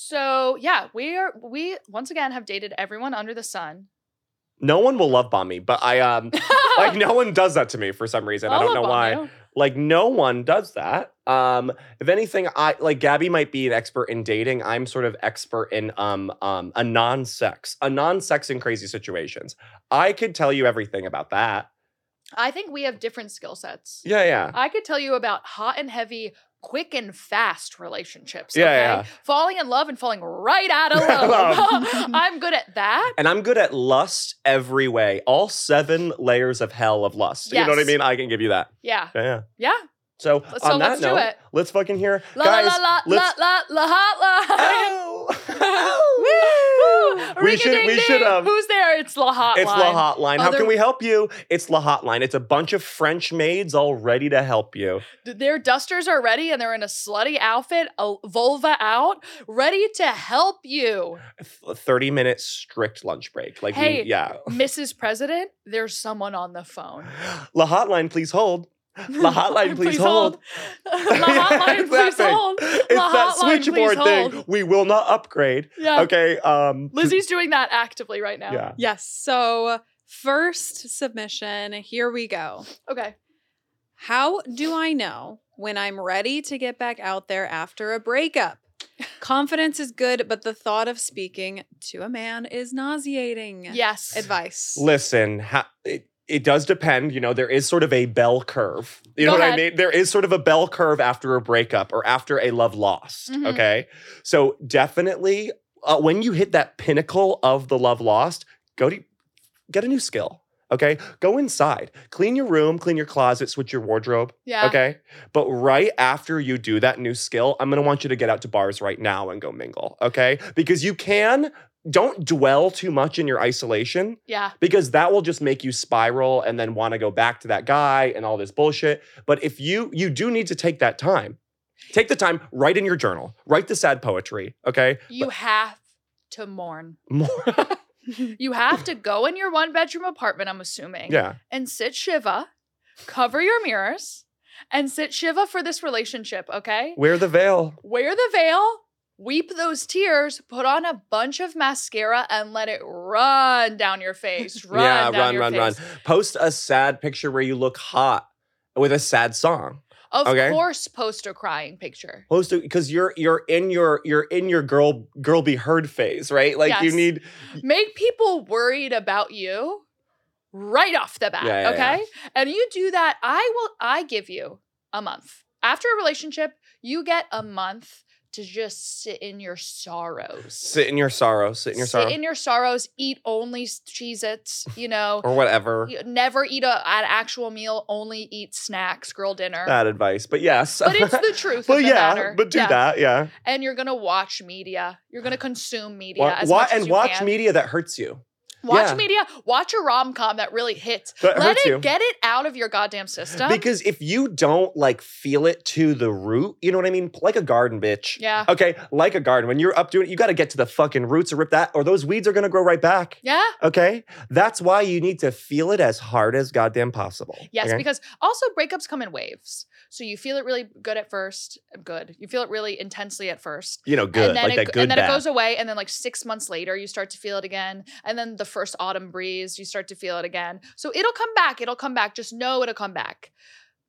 So yeah, we are we once again have dated everyone under the sun.
No one will love bomb me, but
<laughs>
I, um, like, no one does that to me for some reason. I
I'll
don't
love
know
on
why.
you.
Like, no one does that. Um, if anything, I like Gabby might be an expert in dating. I'm sort of expert in um um a non-sex, a non-sex in crazy situations. I could tell you everything about that.
I think we have different skill sets.
Yeah, yeah.
I could tell you about hot and heavy, quick and fast relationships.
Yeah,
okay?
yeah.
Falling in love and falling right out
<laughs>
of
Love.
<laughs> love. I'm good at that.
And I'm good at lust every way. All seven layers of hell of lust. You know what I
Yes.
mean? I can give you that.
Yeah.
Yeah. yeah.
Yeah.
So,
So
on that
let's do
note,
it.
let's fucking hear
La
guys.
la la la
let's-
la la hotline.
Oh.
<laughs> Woo!
we should we
Ring-a-ding-ding.
should um
Who's there? It's La Hotline.
it's La Hotline. How
Other-
can we help you? It's La Hotline. It's a bunch of French maids all ready to help you.
D- Their dusters are ready and they're in a slutty outfit, a vulva out, ready to help you.
A 30 minute strict lunch break. Like, we-
Hey.
yeah.
Mrs. President, there's someone on the phone.
La Hotline, please hold.
<laughs>
La Hotline, please, hold. <laughs>
La Hotline,
It's that
please
thing.
hold.
It's
La
that
Hotline, please
switchboard thing.
hold. Uh,
We will not upgrade.
Yeah.
Okay. Um,
Lizzie's doing that actively right now.
yeah.
Yes. So, first submission, here we go.
Okay.
How do I know when I'm ready to get back out there after
<laughs>
a breakup? Confidence is good, but the thought of speaking to a man is nauseating.
Yes.
Advice.
Listen, ha- it, it does depend. You know, there is sort of a bell curve.
Go
You know what I
ahead.
mean? There is sort of a bell curve after a breakup or after a love lost.
Mhm.
Okay. So definitely uh, when you hit that pinnacle of the love lost, go to get a new skill. Okay. Go inside, clean your room, clean your closet, switch your wardrobe.
Yeah.
Okay. But right after you do that new skill, I'm going to want you to get out to bars right now and go mingle. Okay. Because you can, don't dwell too much in your isolation
Yeah.
because that will just make you spiral and then want to go back to that guy and all this bullshit. But if you you do need to take that time. Take the time, write in your journal, write the sad poetry, okay?
You have to mourn.
More. <laughs>
You have to go in your one bedroom apartment, I'm assuming,
yeah.
and sit Shiva, cover your mirrors, and sit Shiva for this relationship, okay?
Wear the veil.
Wear the veil, weep those tears, put on a bunch of mascara, and let it run down your face. Run,
<laughs> yeah,
down
run,
your
run,
face.
run. Post a sad picture where you look hot with a sad song.
Of
Okay.
course, post a crying picture.
Post it because you're you're in your you're in your girl girl be heard phase, right? Like you
Yes.
need
Make people worried about you right off the bat,
Yeah, yeah, yeah.
okay? And you do that, I will I give you a month. After a relationship, you get a month to just sit in your sorrows.
sit in your sorrow, sit in your sorrow,
Sit in your sorrows, eat only Cheez Its, you know.
or whatever.
You never eat a, an actual meal, only eat snacks, girl dinner.
<laughs> Bad advice, <laughs> but yes.
but it's the truth.
Well,
of the
yeah,
matter.
but do
Yeah.
that, yeah.
And you're gonna watch media. You're gonna consume media.
Wa-
as
wa-
much as
and
you
watch
can.
media that hurts you.
Watch
yeah.
media. Watch a rom com that really hits.
That
Let
hurts
it
you.
get it out of your goddamn system.
Because if you don't like feel it to the root, you know what I mean? Like a garden, bitch.
yeah,
Okay, like a garden. When you're up doing it, you got to get to the fucking roots or rip that, or those weeds are gonna grow right back.
yeah,
Okay, that's why you need to feel it as hard as goddamn possible.
yes.
okay?
Because also breakups come in waves. So you feel it really good at first. Good. You feel it really intensely at first.
you know, good
and then,
like
it,
that
go-
good
and then it
bad.
goes away, and then like six months later, you start to feel it again, and then the first autumn breeze, you start to feel it again. So it'll come back, it'll come back. Just know it'll come back.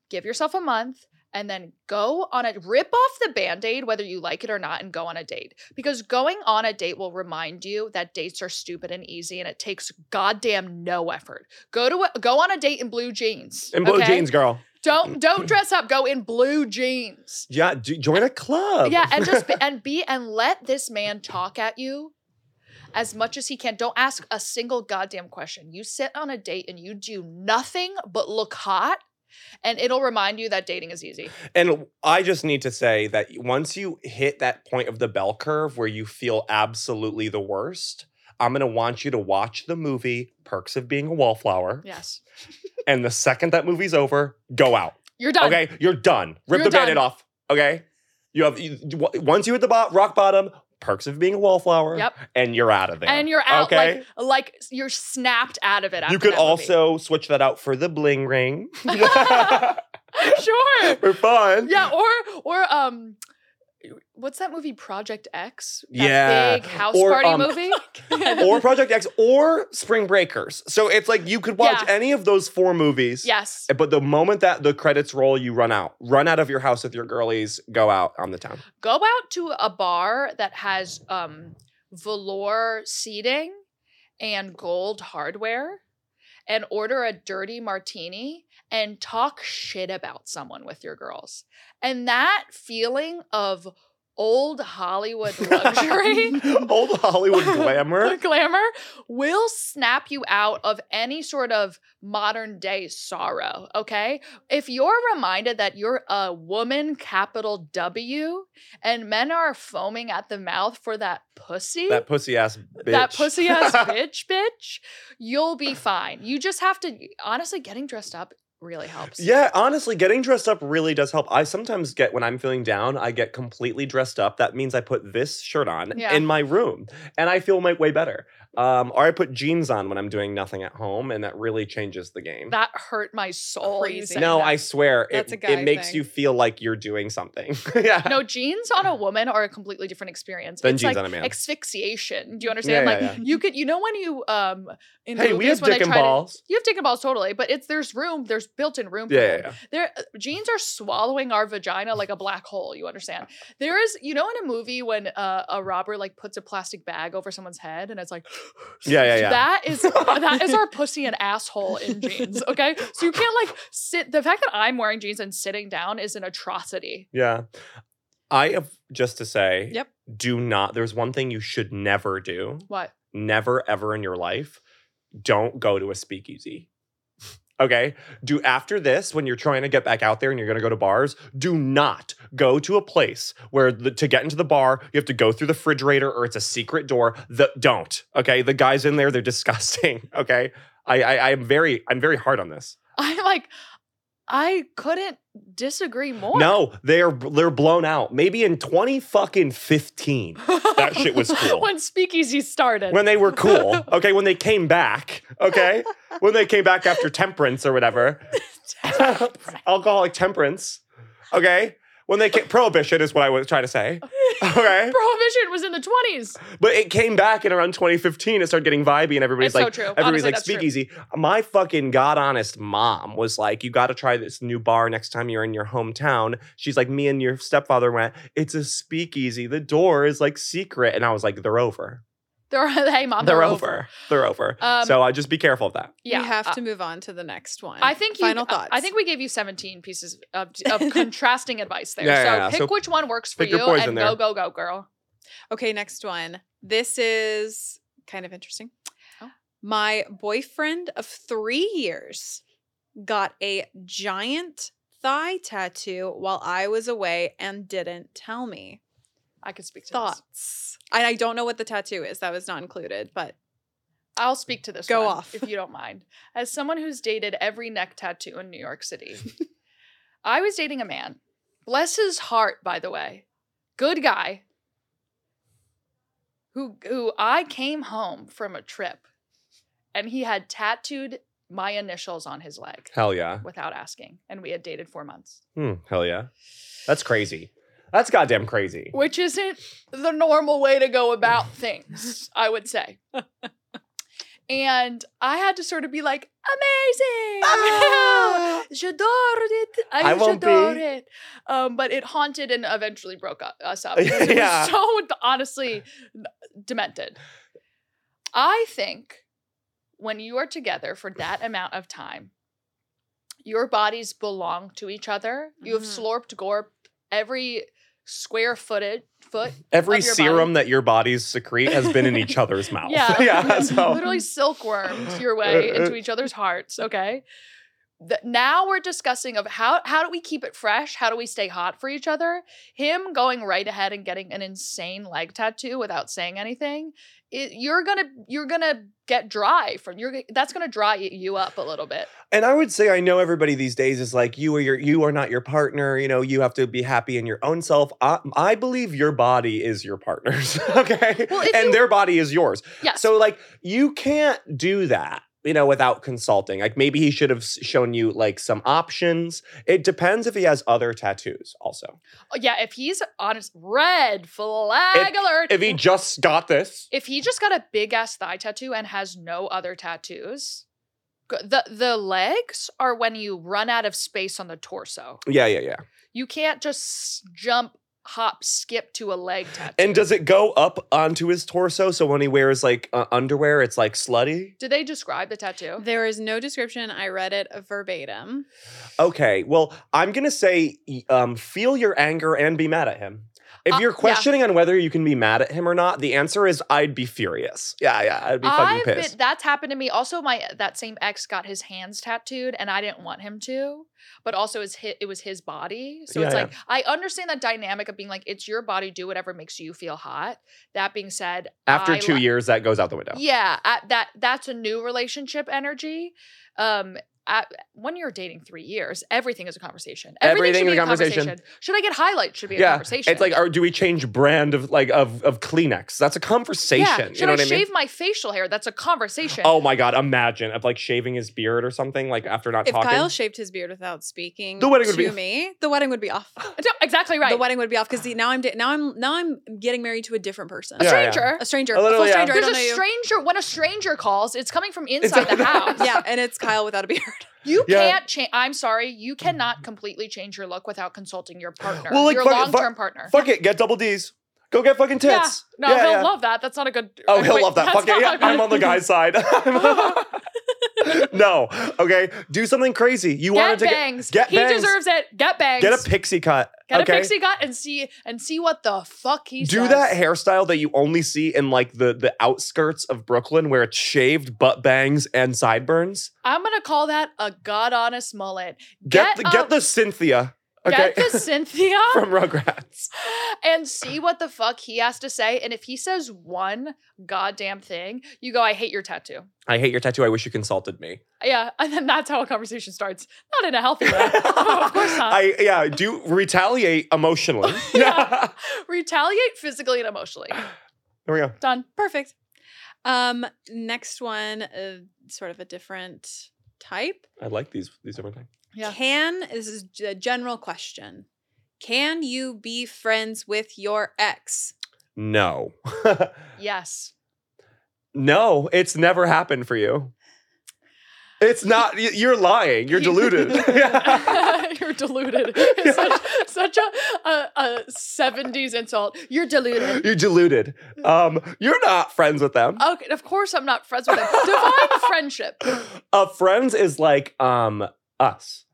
Give yourself a month, and then go on a rip off the band aid, whether you like it or not, and go on a date because going on a date will remind you that dates are stupid and easy, and it takes goddamn no effort. Go to a, go on a date in blue jeans.
and blue
okay?
jeans, girl.
Don't
<clears throat>
don't dress up. Go in blue jeans.
Yeah, do, join a club.
Yeah, and
<laughs>
just be, and be and let this man talk at you as much as he can. Don't ask a single goddamn question. You sit on a date and you do nothing but look hot, and it'll remind you that dating is easy.
And I just need to say that once you hit that point of the bell curve where you feel absolutely the worst, I'm gonna want you to watch the movie Perks of Being a Wallflower.
Yes,
And the second that movie's over, go out.
you're done.
Okay, you're done. Rip
You're
the band-aid
done.
off. Okay, you have you, w- once you hit the bo- rock bottom. Perks of being a wallflower.
Yep.
And you're out of there.
And you're out
Okay.
like like you're snapped out of it. After
you could
that movie.
also switch that out for the bling ring.
<laughs>
<laughs>
sure
for fun.
yeah or or um what's that movie Project X that
Yeah.
big house
Or,
party
um,
movie <laughs>
<laughs> or Project X or Spring Breakers. So it's like you could watch
Yeah.
any of those four movies.
yes
But the moment that the credits roll, you run out. Run out of your house with your girlies. Go out on the town.
go out to a bar that has um velour seating and gold hardware and order a dirty martini and talk shit about someone with your girls. And that feeling of old Hollywood <laughs>
<laughs>
luxury
Old Hollywood
<laughs>
glamour.
glamour will snap you out of any sort of modern day sorrow. Okay. If you're reminded that you're a woman, capital W, and men are foaming at the mouth for that pussy.
That pussy ass bitch.
That pussy
<laughs>
ass bitch, bitch, you'll be fine. You just have to, honestly, getting dressed up really helps.
Yeah, honestly, getting dressed up really does help. I sometimes get when I'm feeling down, I get completely dressed up. That means I put this shirt on
Yeah.
in my room and I feel my way better. Um, or I put jeans on when I'm doing nothing at home, and that really changes the game.
That hurt my soul. you
Crazy.
saying
no,
that.
I swear,
That's a
it,
guy
it makes
thing.
you feel like you're doing something. <laughs> yeah.
No, jeans on a woman are a completely different experience.
Then
it's
jeans
like
on a man.
asphyxiation. Do you understand?
Yeah,
like
yeah,
you could, you know, when you um, in
hey, we
movies
have
when they
dick and
try to-
balls.
you have dick and balls totally, but it's there's room, there's built-in room. For
Yeah, yeah,
them. There, uh, jeans are swallowing our vagina like a black hole. You
<laughs>
understand? There is, you know, in a movie when uh, a robber like puts a plastic bag over someone's head and it's like,
<gasps> Yeah, yeah, yeah.
that is that is our pussy
<laughs>
and asshole in jeans. Okay, so you can't like sit. The fact that I'm wearing jeans and sitting down is an atrocity.
yeah. I have just to say,
Yep.
do not. There's one thing you should never do,
What?
never ever in your life. Don't go to a speakeasy. Okay. Do after this, when you're trying to get back out there and you're going to go to bars, do not go to a place where the, to get into the bar, you have to go through the refrigerator or it's a secret door. The, don't. Okay. The guys in <laughs> there, they're disgusting. Okay. I, I, I'm very, I'm very hard on this.
I'm like, I couldn't disagree more.
No, they're they're blown out. Maybe in twenty fucking fifteen, that
<laughs>
shit was cool.
when speakeasy started.
when they
<laughs>
were cool. Okay, when they came back. Okay, when they came back after temperance or whatever, alcoholic temperance. Okay, when they came, prohibition is what I was trying to say. Okay,
<laughs> Prohibition was in the 20s.
but it came back in around 2015. It started getting vibey, and everybody's
It's so
like,
true.
everybody's
Honestly,
like
that's true.
speakeasy. My fucking god honest mom was like, you got to try this new bar next time you're in your hometown. She's like, me and your stepfather went. It's a speakeasy. The door is like secret, and I was like, they're over.
They're, <laughs> hey, mom,
they're, over. They're over.
Um,
so I just be careful of that.
Yeah.
we have
uh,
to move on to the next one.
I think you, uh,
final
I-
thoughts.
I think we gave you 17 pieces of,
<laughs>
of contrasting advice there.
Yeah,
so
yeah, yeah.
pick
So
which one works for
pick your
you
poison
and
there.
go, go, go, girl.
Okay, next one. This is kind of interesting.
Oh.
My boyfriend of three years got a giant thigh tattoo while I was away and didn't tell me.
I can speak to this.
Thoughts? And I don't know what the tattoo is. That was not included, but
I'll speak to this
Go
one,
off.
if you don't mind. As someone who's dated every neck tattoo in New York
<laughs>
City, I was dating a man. Bless his heart, by the way. Good guy. Who who I came home from a trip and he had tattooed my initials on his leg
Hell yeah.
without asking. And we had dated four months.
Hmm, hell yeah. That's crazy. That's goddamn crazy.
which isn't the normal way to go
<laughs>
about things, I would say. And I had to sort of be like, amazing! <laughs>
Ah.
J'adore it! I,
I won't be.
j'adore it! Um, but it haunted and eventually broke up, us
<laughs>
up. because It
Yeah.
was so honestly demented. I think when you are together for that amount of time, your bodies belong to each other. You have
Mhm.
slurped gorp every square footed foot.
Every
Of your
serum
body.
that your bodies secrete has been in
<laughs>
each other's mouth. <laughs>
Yeah. <laughs>
so
Literally silkworms your way into each other's hearts. Okay. Th- now we're discussing of how how do we keep it fresh? How do we stay hot for each other? Him going right ahead and getting an insane leg tattoo without saying anything, it, you're gonna you're gonna get dry from you're g- that's gonna dry you up a little bit.
And I would say I know everybody these days is like you are your you are not your partner. You know you have to be happy in your own self. I, I believe your body is your partner's. <laughs> Okay,
Well, if
and
you-
their body is yours.
Yes.
So like you can't do that. You know, without consulting, like maybe he should have s- shown you like some options. It depends if he has other tattoos. Also,
Oh, yeah, if he's honest, red flag alert.
if he just got this,
if he just got a big ass thigh tattoo and has no other tattoos, go- the the legs are when you run out of space on the torso.
yeah, yeah, yeah.
You can't just s- jump, hop, skip to a leg tattoo.
And does it go up onto his torso? So when he wears like uh, underwear, it's like slutty.
do they describe the tattoo?
there is no description. I read it verbatim.
Okay, well, I'm gonna say y- um, feel your anger and be mad at him. If
Uh,
you're
yeah.
questioning on whether you can be mad at him or not, the answer is I'd be furious. Yeah, yeah, I'd be fucking
I've been,
pissed.
that's happened to me. Also, my that same ex got his hands tattooed, and I didn't want him to. But also, his it was his body, so it's
Yeah, yeah.
like I understand that dynamic of being like it's your body, do whatever makes you feel hot. That being said,
After
I
two
li-
years, that goes out the window.
Yeah, at that that's a new relationship energy. Um, at, when you're dating three years, everything is a conversation.
Everything
should
is
be
a conversation.
Should I get highlights? Should be a
Yeah,
conversation.
It's like, or do we change brand of like of of Kleenex? That's a conversation.
yeah. Should
you
I
know what I mean?
shave my facial hair? That's a conversation.
Oh my god, imagine of like shaving his beard or something like after not
If
talking.
Kyle shaved his beard without speaking
The wedding would
to
be-
me, the wedding would be off.
<laughs>
No, exactly right.
The wedding would be off because now I'm da- now I'm now I'm getting married to a different person.
a
Yeah, yeah.
stranger.
A stranger,
A
a,
little,
full
yeah.
stranger. I
There's
don't
a
know you.
stranger. When a stranger calls, it's coming from inside the house.
yeah, and it's Kyle without a beard.
You
Yeah.
can't change. I'm sorry. You cannot completely change your look without consulting your partner,
Well, like,
your
fuck-
long
fuck-
term partner.
Fuck it, get double D's. Go get fucking
Yeah.
tits.
No,
Yeah,
he'll
yeah.
love that. That's not a good.
Oh, he'll
wait,
love that.
that's
Fuck it.
not
Yeah,
a good-
I'm
<laughs>
on the guy's side. <laughs> no. Okay. Do something crazy. You
get
wanted to get,
bangs.
get
he
bangs.
deserves it. Get bangs.
get a pixie cut.
Get
okay.
a pixie cut and see and see what the fuck he
Do
says.
that hairstyle that you only see in like the the outskirts of Brooklyn where it's shaved butt bangs and sideburns.
I'm gonna call that a god honest mullet.
Get, the,
a-
get the Cynthia. Okay.
Get
<laughs>
the Cynthia
From Rugrats.
and see what the fuck he has to say. And if he says one goddamn thing, you go, I hate your tattoo.
I hate your tattoo. I wish you consulted me.
Yeah. And then that's how a conversation starts. Not in a healthy way. <laughs> of course not.
<laughs> I yeah, do retaliate emotionally.
<laughs> Yeah. Retaliate physically and emotionally.
There we go.
Done.
Perfect. Um, next one, uh, sort of a different type.
I like these these different things.
Yeah.
Can this is g- a general question? Can you be friends with your ex?
No. <laughs>
Yes.
no, it's never happened for you. It's not y- you're lying. <laughs> You're deluded.
<laughs>
<laughs>
You're deluded. It's such, such a, a, a 70s insult. You're deluded.
you're deluded. Um, you're not friends with them.
Okay, of course I'm not friends with
<laughs>
him. Divine friendship.
A friends is like um us.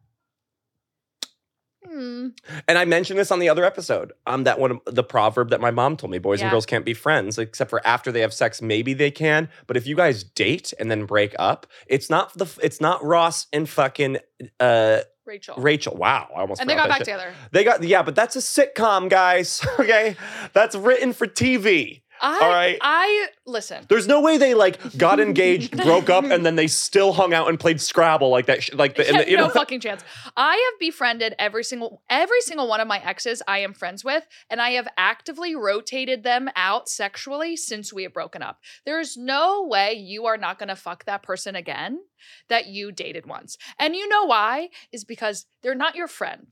Hmm.
And I mentioned this on the other episode. Um, that one, the proverb that my mom told me: boys
Yeah.
and girls can't be friends except for after they have sex. Maybe they can, but if you guys date and then break up, it's not the it's not Ross and fucking uh
Rachel.
Rachel. Wow, I almost
and they got back
forgot that shit.
together.
They got yeah, but that's a sitcom, guys. <laughs> Okay, that's written for TV.
I,
All right.
I listen.
There's no way they like
<laughs>
got engaged, broke up, and then they still hung out and played Scrabble like that. Sh- like the, in
Yeah,
the you
<laughs> no
know.
fucking chance. I have befriended every single every single one of my exes I am friends with, and I have actively rotated them out sexually since we have broken up. There is no way you are not gonna fuck that person again that you dated once. And you know why? Is because they're not your friend.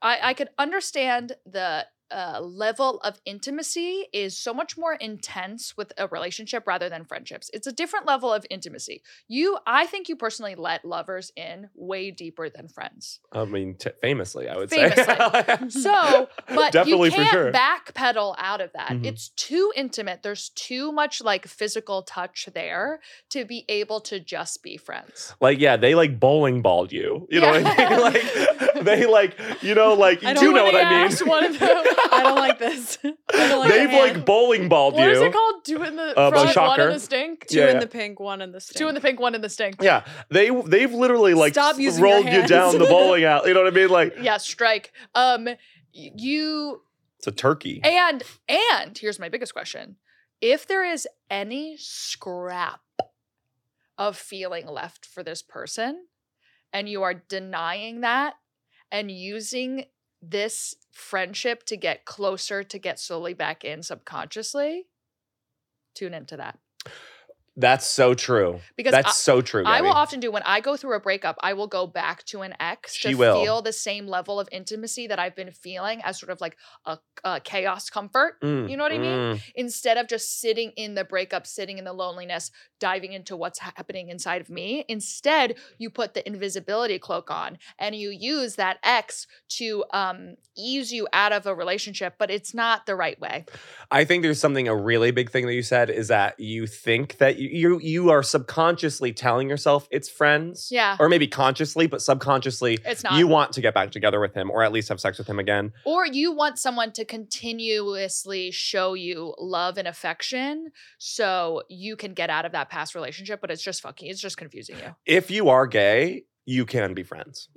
I, I could understand the uh, level of intimacy is so much more intense with a relationship rather than friendships. It's a different level of intimacy. You, I think you personally let lovers in way deeper than friends.
I mean, t- famously, I would <laughs>
Famously.
say.
So, but
Hmm. Definitely
you
for
can't
sure.
backpedal out of that.
Mhm.
It's too intimate. There's too much like physical touch there to be able to just be friends.
Like, yeah, they like bowling balled you. You know what
Yeah.
I mean? <laughs> Like, they like, you know, like, you
I
do
don't
know
wanna
what I mean.
ask one of them.
<laughs> I don't like this. I don't
<laughs>
like
They've
the hand.
like bowling balled
What
you.
is it called? Two in the
Uh,
front, one
shocker.
in the stink.
two
Yeah,
in
yeah.
the pink, one in the stink.
Two in the pink, one in the stink.
Yeah, they they've literally like
Stop
s-
using your
rolled you
hands.
<laughs>
down the bowling alley. You know what I mean? Like
yeah strike um y- you
it's a turkey.
and and here's my biggest question if there is any scrap of feeling left for this person and you are denying that and using this friendship to get closer to get slowly back in subconsciously tune into that
That's so true.
because
That's
I-
so true.
I will
Gabby.
often do when I go through a breakup, I will go back to an ex
She
to
will.
feel the same level of intimacy that I've been feeling as sort of like a, a chaos comfort
Mm,
you know what I mean?
mm.
instead of just sitting in the breakup, sitting in the loneliness, diving into what's happening inside of me. Instead, you put the invisibility cloak on and you use that ex to um, ease you out of a relationship, but it's not the right way.
I think there's something a really big thing that you said is that you think that you you, you are subconsciously telling yourself it's friends.
Yeah,
Or maybe consciously, but subconsciously,
it's not.
you want to get back together with him or at least have sex with him again.
Or you want someone to continuously show you love and affection so you can get out of that past relationship, but it's just fucking, it's just confusing you.
If you are gay, you can be friends.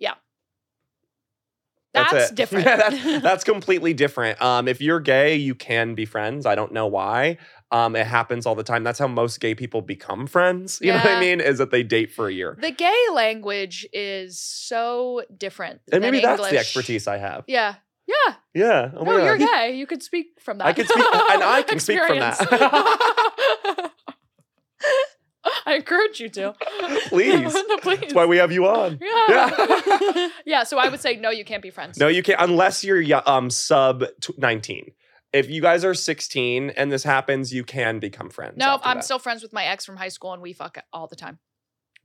That's,
it. <laughs>
different. <laughs>
Yeah, that's, that's completely different. Um, if you're gay, you can be friends. I don't know why. Um, it happens all the time. That's how most gay people become friends. You know what
Yeah.
I mean? Is that they date for a year.
the gay language is so different.
And
than
maybe that's the
English.
expertise I have.
Yeah. Yeah.
Yeah. Oh my
no, you're
God.
gay. You could speak from that.
I could speak-
<laughs>
and I can speak from that.
Experience. <laughs> I encourage you to.
<laughs> Please.
<laughs> No, please.
That's why we have you on.
yeah. <laughs> yeah. So I would say, no, you can't be friends.
No, you can't unless you're yo- um sub tw- 19. If you guys are 16 and this happens, you can become friends.
No,
after
I'm
that.
still friends with my ex from high school, and we fuck all the time.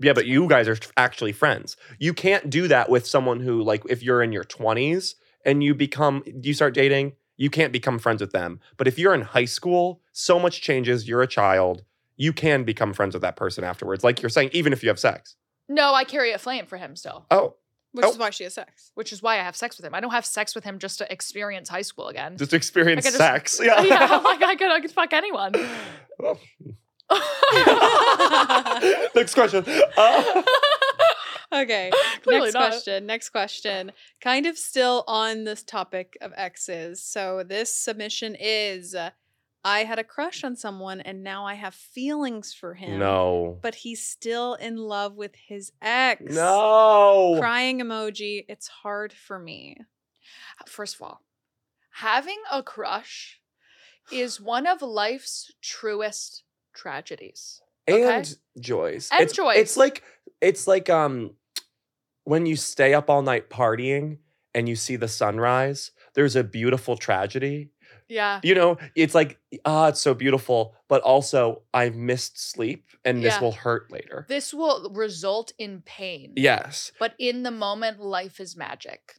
Yeah, but you guys are tr- actually friends. You can't do that with someone who, like, if you're in your 20s and you become, you start dating, you can't become friends with them. But if you're in high school, so much changes. You're a child. You can become friends with that person afterwards. Like you're saying, even if you have sex.
No, I carry a flame for him still,
Oh,
which
Oh.
is why she has sex.
which is why I have sex with him. I don't have sex with him just to experience high school again.
just experience
I could
sex. Yeah.
<laughs>
<laughs>
yeah, like I could, I could fuck anyone.
Oh.
<laughs>
Next question. Uh,
Okay.
Clearly
next
not.
question. Next question. Kind of still on this topic of exes. So this submission is I had a crush on someone and now I have feelings for him.
No.
But he's still in love with his ex.
No.
Crying emoji. It's hard for me.
First of all, having a crush is one of life's truest tragedies. Okay.
and joys.
And
it's,
joys.
It's like it's like um when you stay up all night partying and you see the sunrise. There's a beautiful tragedy.
Yeah.
You know, it's like ah, it's so beautiful, but also I've missed sleep, and this
Yeah.
will hurt later.
This will result in pain.
Yes, <laughs>
But in the moment, life is magic.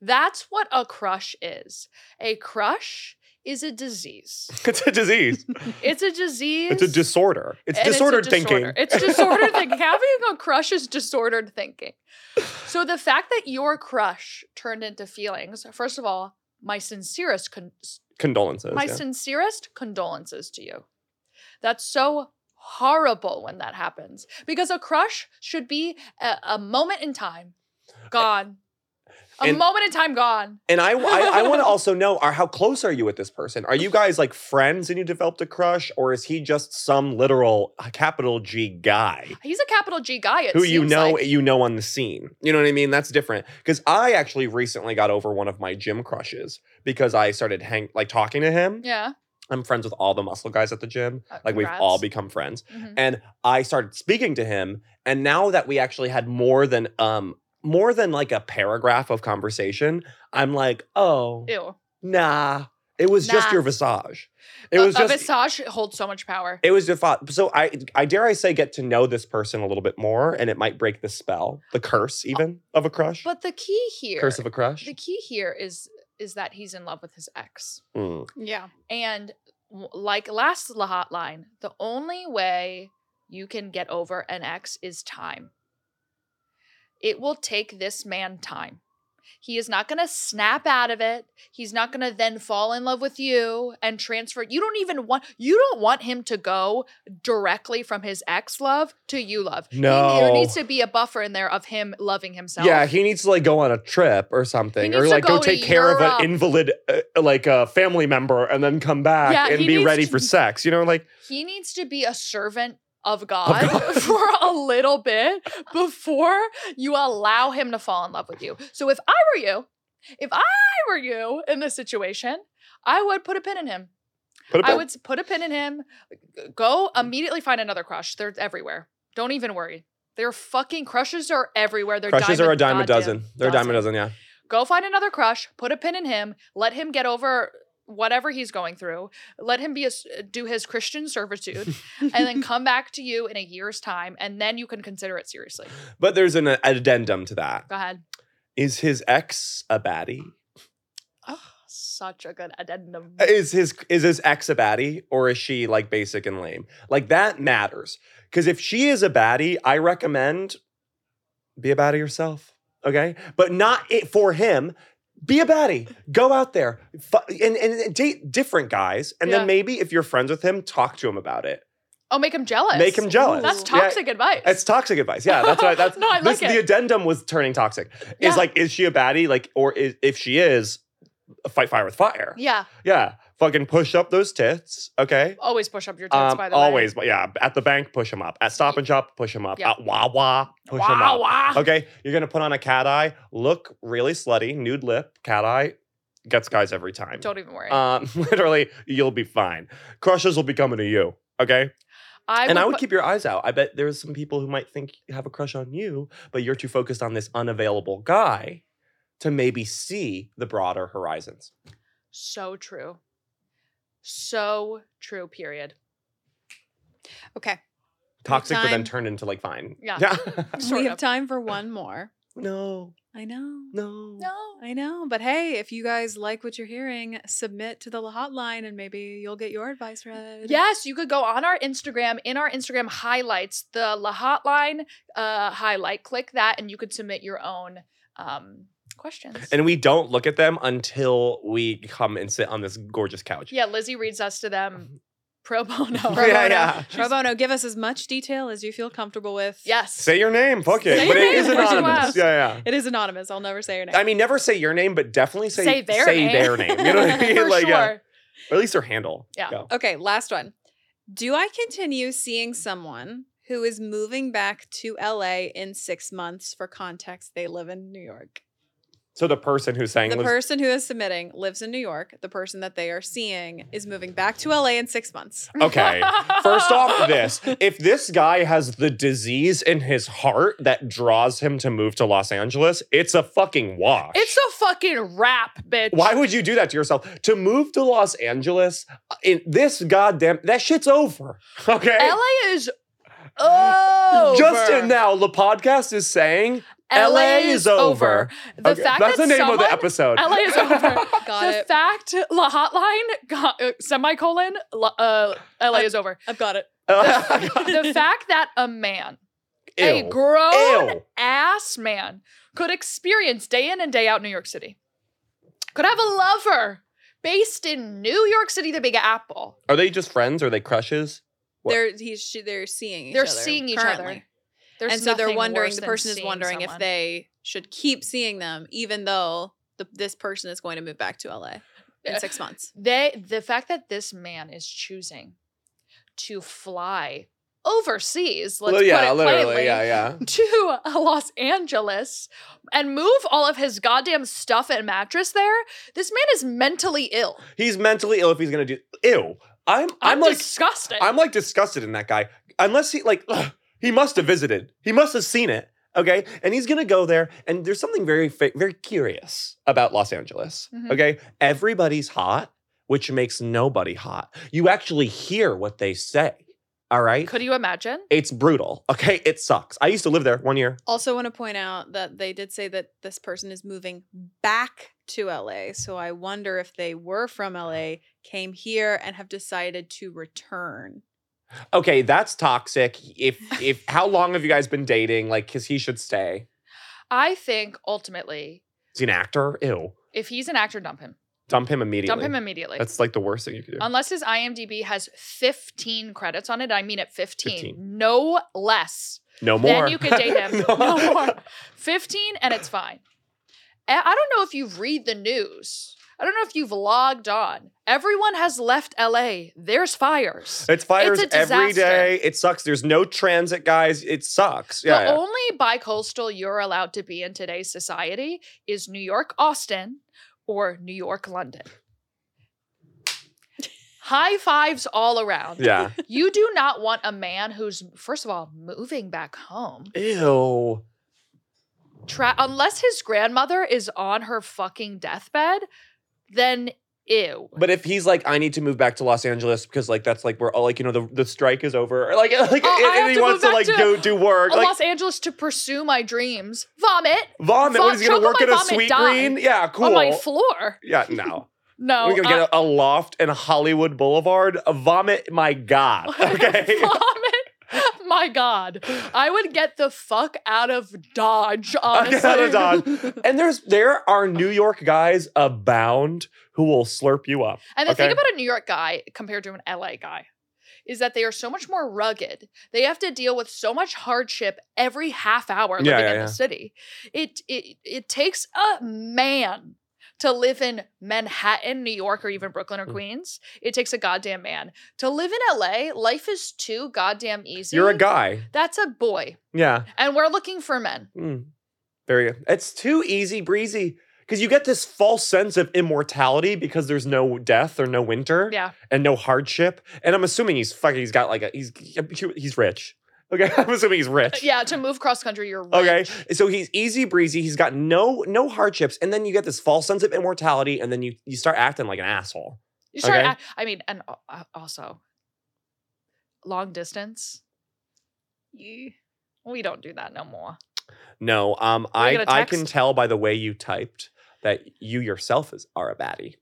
That's what a crush is. A crush is a
<laughs>
disease.
it's a disease.
It's a disease.
It's a disorder. It's
and a
disordered
disorder.
thinking.
It's
<laughs>
disordered thinking. Having a crush is disordered thinking. So the fact that your crush turned into feelings, first of all, my sincerest con-
Condolences.
my
yeah.
sincerest condolences to you. That's so horrible when that happens because a crush should be a, a moment in time gone. A
And-
moment in time gone.
And I, I,
<laughs>
want to also know: Are how close are you with this person? Are you guys like friends and you developed a crush, or is he just some literal uh, capital G guy
He's a capital G guy. It
who you
seems
know
like.
you know on the scene? You know what I mean? That's different because I actually recently got over one of my gym crushes because I started hang like talking to him.
Yeah.
I'm friends with all the muscle guys at the gym.
Uh,
Like we've
congrats.
all become friends.
Mhm.
and I started speaking to him. And now that we actually had more than um more than like a paragraph of conversation, I'm like, oh
Ew.
nah, it was just
Nah.
your visage. It
A-
was
a
just
visage holds so much power.
it was defi- so I I dare I say get to know this person a little bit more, and it might break the spell, the curse even of a crush,
Oh, But the key here,
curse of a crush.
the key here is is that he's in love with his ex.
Mm.
Yeah.
And w- like last la- hotline, the only way you can get over an ex is time. It will take this man time. He is not going to snap out of it. He's not going to then fall in love with you and transfer. You don't even want you don't want him to go directly from his ex love to you love. He- there
No.
needs to be a buffer in there of him loving himself.
Yeah, he needs to like go on a trip or something,
needs
or
to
like go,
go to
take care of
Europe.
an invalid, uh, like a family member, and then come back
Yeah,
and
he
be
needs
ready
to-
for sex. You know, like
he needs to be a servant of God,
God.
<laughs> for a little bit before you allow him to fall in love with you. So if I were you, if I were you in this situation, I would put a pin in him.
put it
I would s- put a pin in him. g- Go immediately find another crush. They're everywhere. Don't even worry. Their fucking crushes are everywhere. They're
Crushes
dime
are a dime a
goddamn
dozen. They're a dime a dozen, yeah.
Go find another crush. Put a pin in him. Let him get over whatever he's going through. Let him be a, s- do his Christian servitude and <laughs> then come back to you in a year's time, and then you can consider it seriously.
But there's an addendum to that.
Go ahead.
Is his ex a baddie?
Such a good addendum.
Is his is his ex a baddie or is she like basic and lame? Like that matters. Cuz if she is a baddie, I recommend be a baddie yourself, okay? But not it for him. Be a baddie. Go out there Fu- and, and date different guys, and
Yeah.
then maybe if you're friends with him, talk to him about it.
Oh, make him jealous.
Make him jealous.
That's
Yeah.
toxic advice.
It's toxic advice. Yeah, that's what I,
<laughs>
that's
No, I
this,
like it.
The addendum was turning toxic.
Yeah.
Is like, is she a baddie? Like, or is, if she is, fight fire with fire. Yeah.
yeah.
fucking push up those tits. Okay.
Always push up your tits.
Um,
by the way.
always, but yeah. At the bank, push them up. At Stop and Shop, push them up.
Yeah.
At Wawa, push them
Wah,
up.
wah.
Okay, you're gonna put on a cat eye. Look really slutty, nude lip, cat eye, gets guys every time.
Don't even worry.
Um, <laughs> literally, you'll be fine. Crushes will be coming to you. Okay
I
and I would
put-
keep your eyes out. I bet there's some people who might think you have a crush on you, but you're too focused on this unavailable guy to maybe see the broader horizons.
So true. So true, period.
Okay.
Toxic, but then
time.
turned into like fine.
Yeah. <laughs>
we
Sort
have
of.
time for one more.
<laughs> no,
I know.
no.
No.
I know, but hey, if you guys like what you're hearing, submit to the hotline and maybe you'll get your advice read.
Yes, you could go on our Instagram, in our Instagram highlights, the La Hotline uh, highlight. Click that and you could submit your own um, questions.
And we don't look <laughs> at them until we come and sit on this gorgeous couch.
yeah, Lizzie reads us to them Pro bono.
Pro
Mm-hmm. <laughs> yeah,
bono.
yeah.
Pro bono, give us as much detail as you feel comfortable with.
Yes.
Say your name. Fuck it.
Say
but
your
it is
name, Richard
anonymous.
West.
Yeah,
It is anonymous. I'll never say your name.
yeah. I mean, never say your name, but definitely say,
Say their name.
their name. You know what I
<laughs>
mean?
For
like,
sure.
yeah. Or at least their handle.
Yeah.
Go.
okay, last one. Do I continue seeing someone who is moving back to LA in six months? For context, they live in New York.
So the person who's saying
The
lives-
person who is submitting lives in New York. The person that they are seeing is moving back to LA in
<laughs>
six months.
<laughs> Okay. First off, this. If this guy has the disease in his heart that draws him to move to Los Angeles, it's a fucking wash.
It's a fucking rap, bitch.
Why would you do that to yourself? To move to Los Angeles, uh, in this goddamn that shit's over. <laughs> Okay.
LA is over.
Justin now, the podcast is saying LA is over.
The
Okay,
fact
that's
that
the name
someone,
of the episode. <laughs>
LA is over.
Got
the
it.
fact la hotline go- uh, semicolon la- uh, LA is over.
I've got it.
<laughs> the fact that a man, a
Ew.
grown
Ew.
ass man, could experience day in and day out New York City, could have a lover based in New York City, the Big Apple.
Are they just friends? Are they crushes? What?
They're he's she, they're seeing each
They're
other.
seeing each
currently.
other. There's
and so they're
nothing
wondering.
worse
The
than
person is
seeing
wondering if
someone.
they should keep seeing them, even though the, this person is going to move back to LA in
Yeah.
six months.
they the fact that this man is choosing to fly overseas. Let's
Well, yeah,
put it
literally,
plainly,
yeah, yeah.
to uh, Los Angeles and move all of his goddamn stuff and mattress there, this man is mentally ill.
He's mentally ill if he's gonna do. Ew. I'm. I'm,
I'm,
like.
disgusted.
<laughs> I'm like disgusted in that guy. Unless he like, ugh, he must have visited. He must have seen it. Okay, and he's gonna go there. And there's something very, fa- very curious about Los Angeles.
Mhm.
Okay, everybody's hot, which makes nobody hot. You actually hear what they say. All right.
Could you imagine?
it's brutal. Okay, it sucks. I used to live there one year.
Also, want to point out that they did say that this person is moving back to LA. So I wonder if they were from LA, came here, and have decided to return.
Okay, that's toxic.
<laughs>
If if how long have you guys been dating? Like, cause he should stay.
I think ultimately,
Is he an actor? Ew.
if he's an actor, dump him.
Dump him immediately.
Dump him immediately.
That's like the worst thing you could do.
Unless his IMDb has 15 credits on it, I mean at 15,
15.
no less.
no more.
Then you could date him.
<laughs> No.
no. more. 15 and it's fine. I I don't know if you read the news. I don't know if you've logged on. Everyone has left LA. There's fires.
It's fires
It's a
every
disaster.
day. It sucks. There's no transit, guys. It sucks.
the
<laughs> Yeah. yeah.
only bi-coastal you're allowed to be in today's society is New York Austin or New York London. High fives all around.
yeah.
You do not want a man who's first of all moving back home. <laughs>
Ew.
tra- unless his grandmother is on her fucking deathbed, then ew.
But if he's like, I need to move back to Los Angeles because like that's like where all like you know the, the strike is over, or like <laughs> like
Oh, I
and-
have
and he
to
wants to
move
like
back to
go do work. Like
Los Angeles to pursue my dreams. Vomit
vomit. What
Vom-
is he gonna
choke on
work
my
at a
vomit,
sweet
die.
green? Yeah, cool.
on my floor.
Yeah, no.
<laughs> No.
We're gonna
uh,
get a, a loft in Hollywood Boulevard. A vomit,
<laughs>
my God. Okay.
vomit. My God. I would get the fuck out of Dodge,
I
honestly.
get <laughs> out
<laughs>
of Dodge. And there's there are New York guys abound who will slurp you up.
And the
okay?
thing about a New York guy compared to an LA guy is that they are so much more rugged. They have to deal with so much hardship every half hour living
Yeah, yeah,
in
yeah.
the city. It it it takes a man to live in Manhattan, New York, or even Brooklyn or
Mm.
Queens. It takes a goddamn man. To live in LA, life is too goddamn easy.
you're a guy.
That's a boy.
Yeah.
And we're looking for men.
Mm. Very good. It's too easy breezy. Because you get this false sense of immortality because there's no death or no winter
Yeah.
and no hardship. And I'm assuming he's fucking he's got like a he's he's rich. Okay. <laughs> I'm assuming he's rich.
Yeah, to move cross country, you're
Okay.
rich.
So he's easy breezy. He's got no no hardships. And then you get this false sense of immortality, and then you you start acting like an asshole.
You start.
Okay.
act- I mean, and al- uh, also, long distance.
You
We don't do that no more.
No, um, I
gonna
I can
text?
tell by the way you typed that you yourself is are a baddie.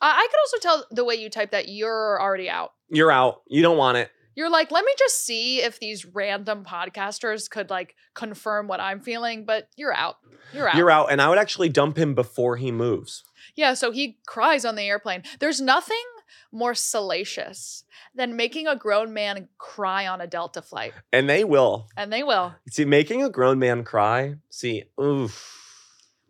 I, I could also tell the way you type that you're already out.
You're out. You don't want it.
You're like, let me just see if these random podcasters could like confirm what I'm feeling, but you're out. You're out.
You're out. And I would actually dump him before he moves.
Yeah, so he cries on the airplane. There's nothing more salacious than making a grown man cry on a Delta flight.
And they will.
And they will.
See, making a grown man cry, see, oof.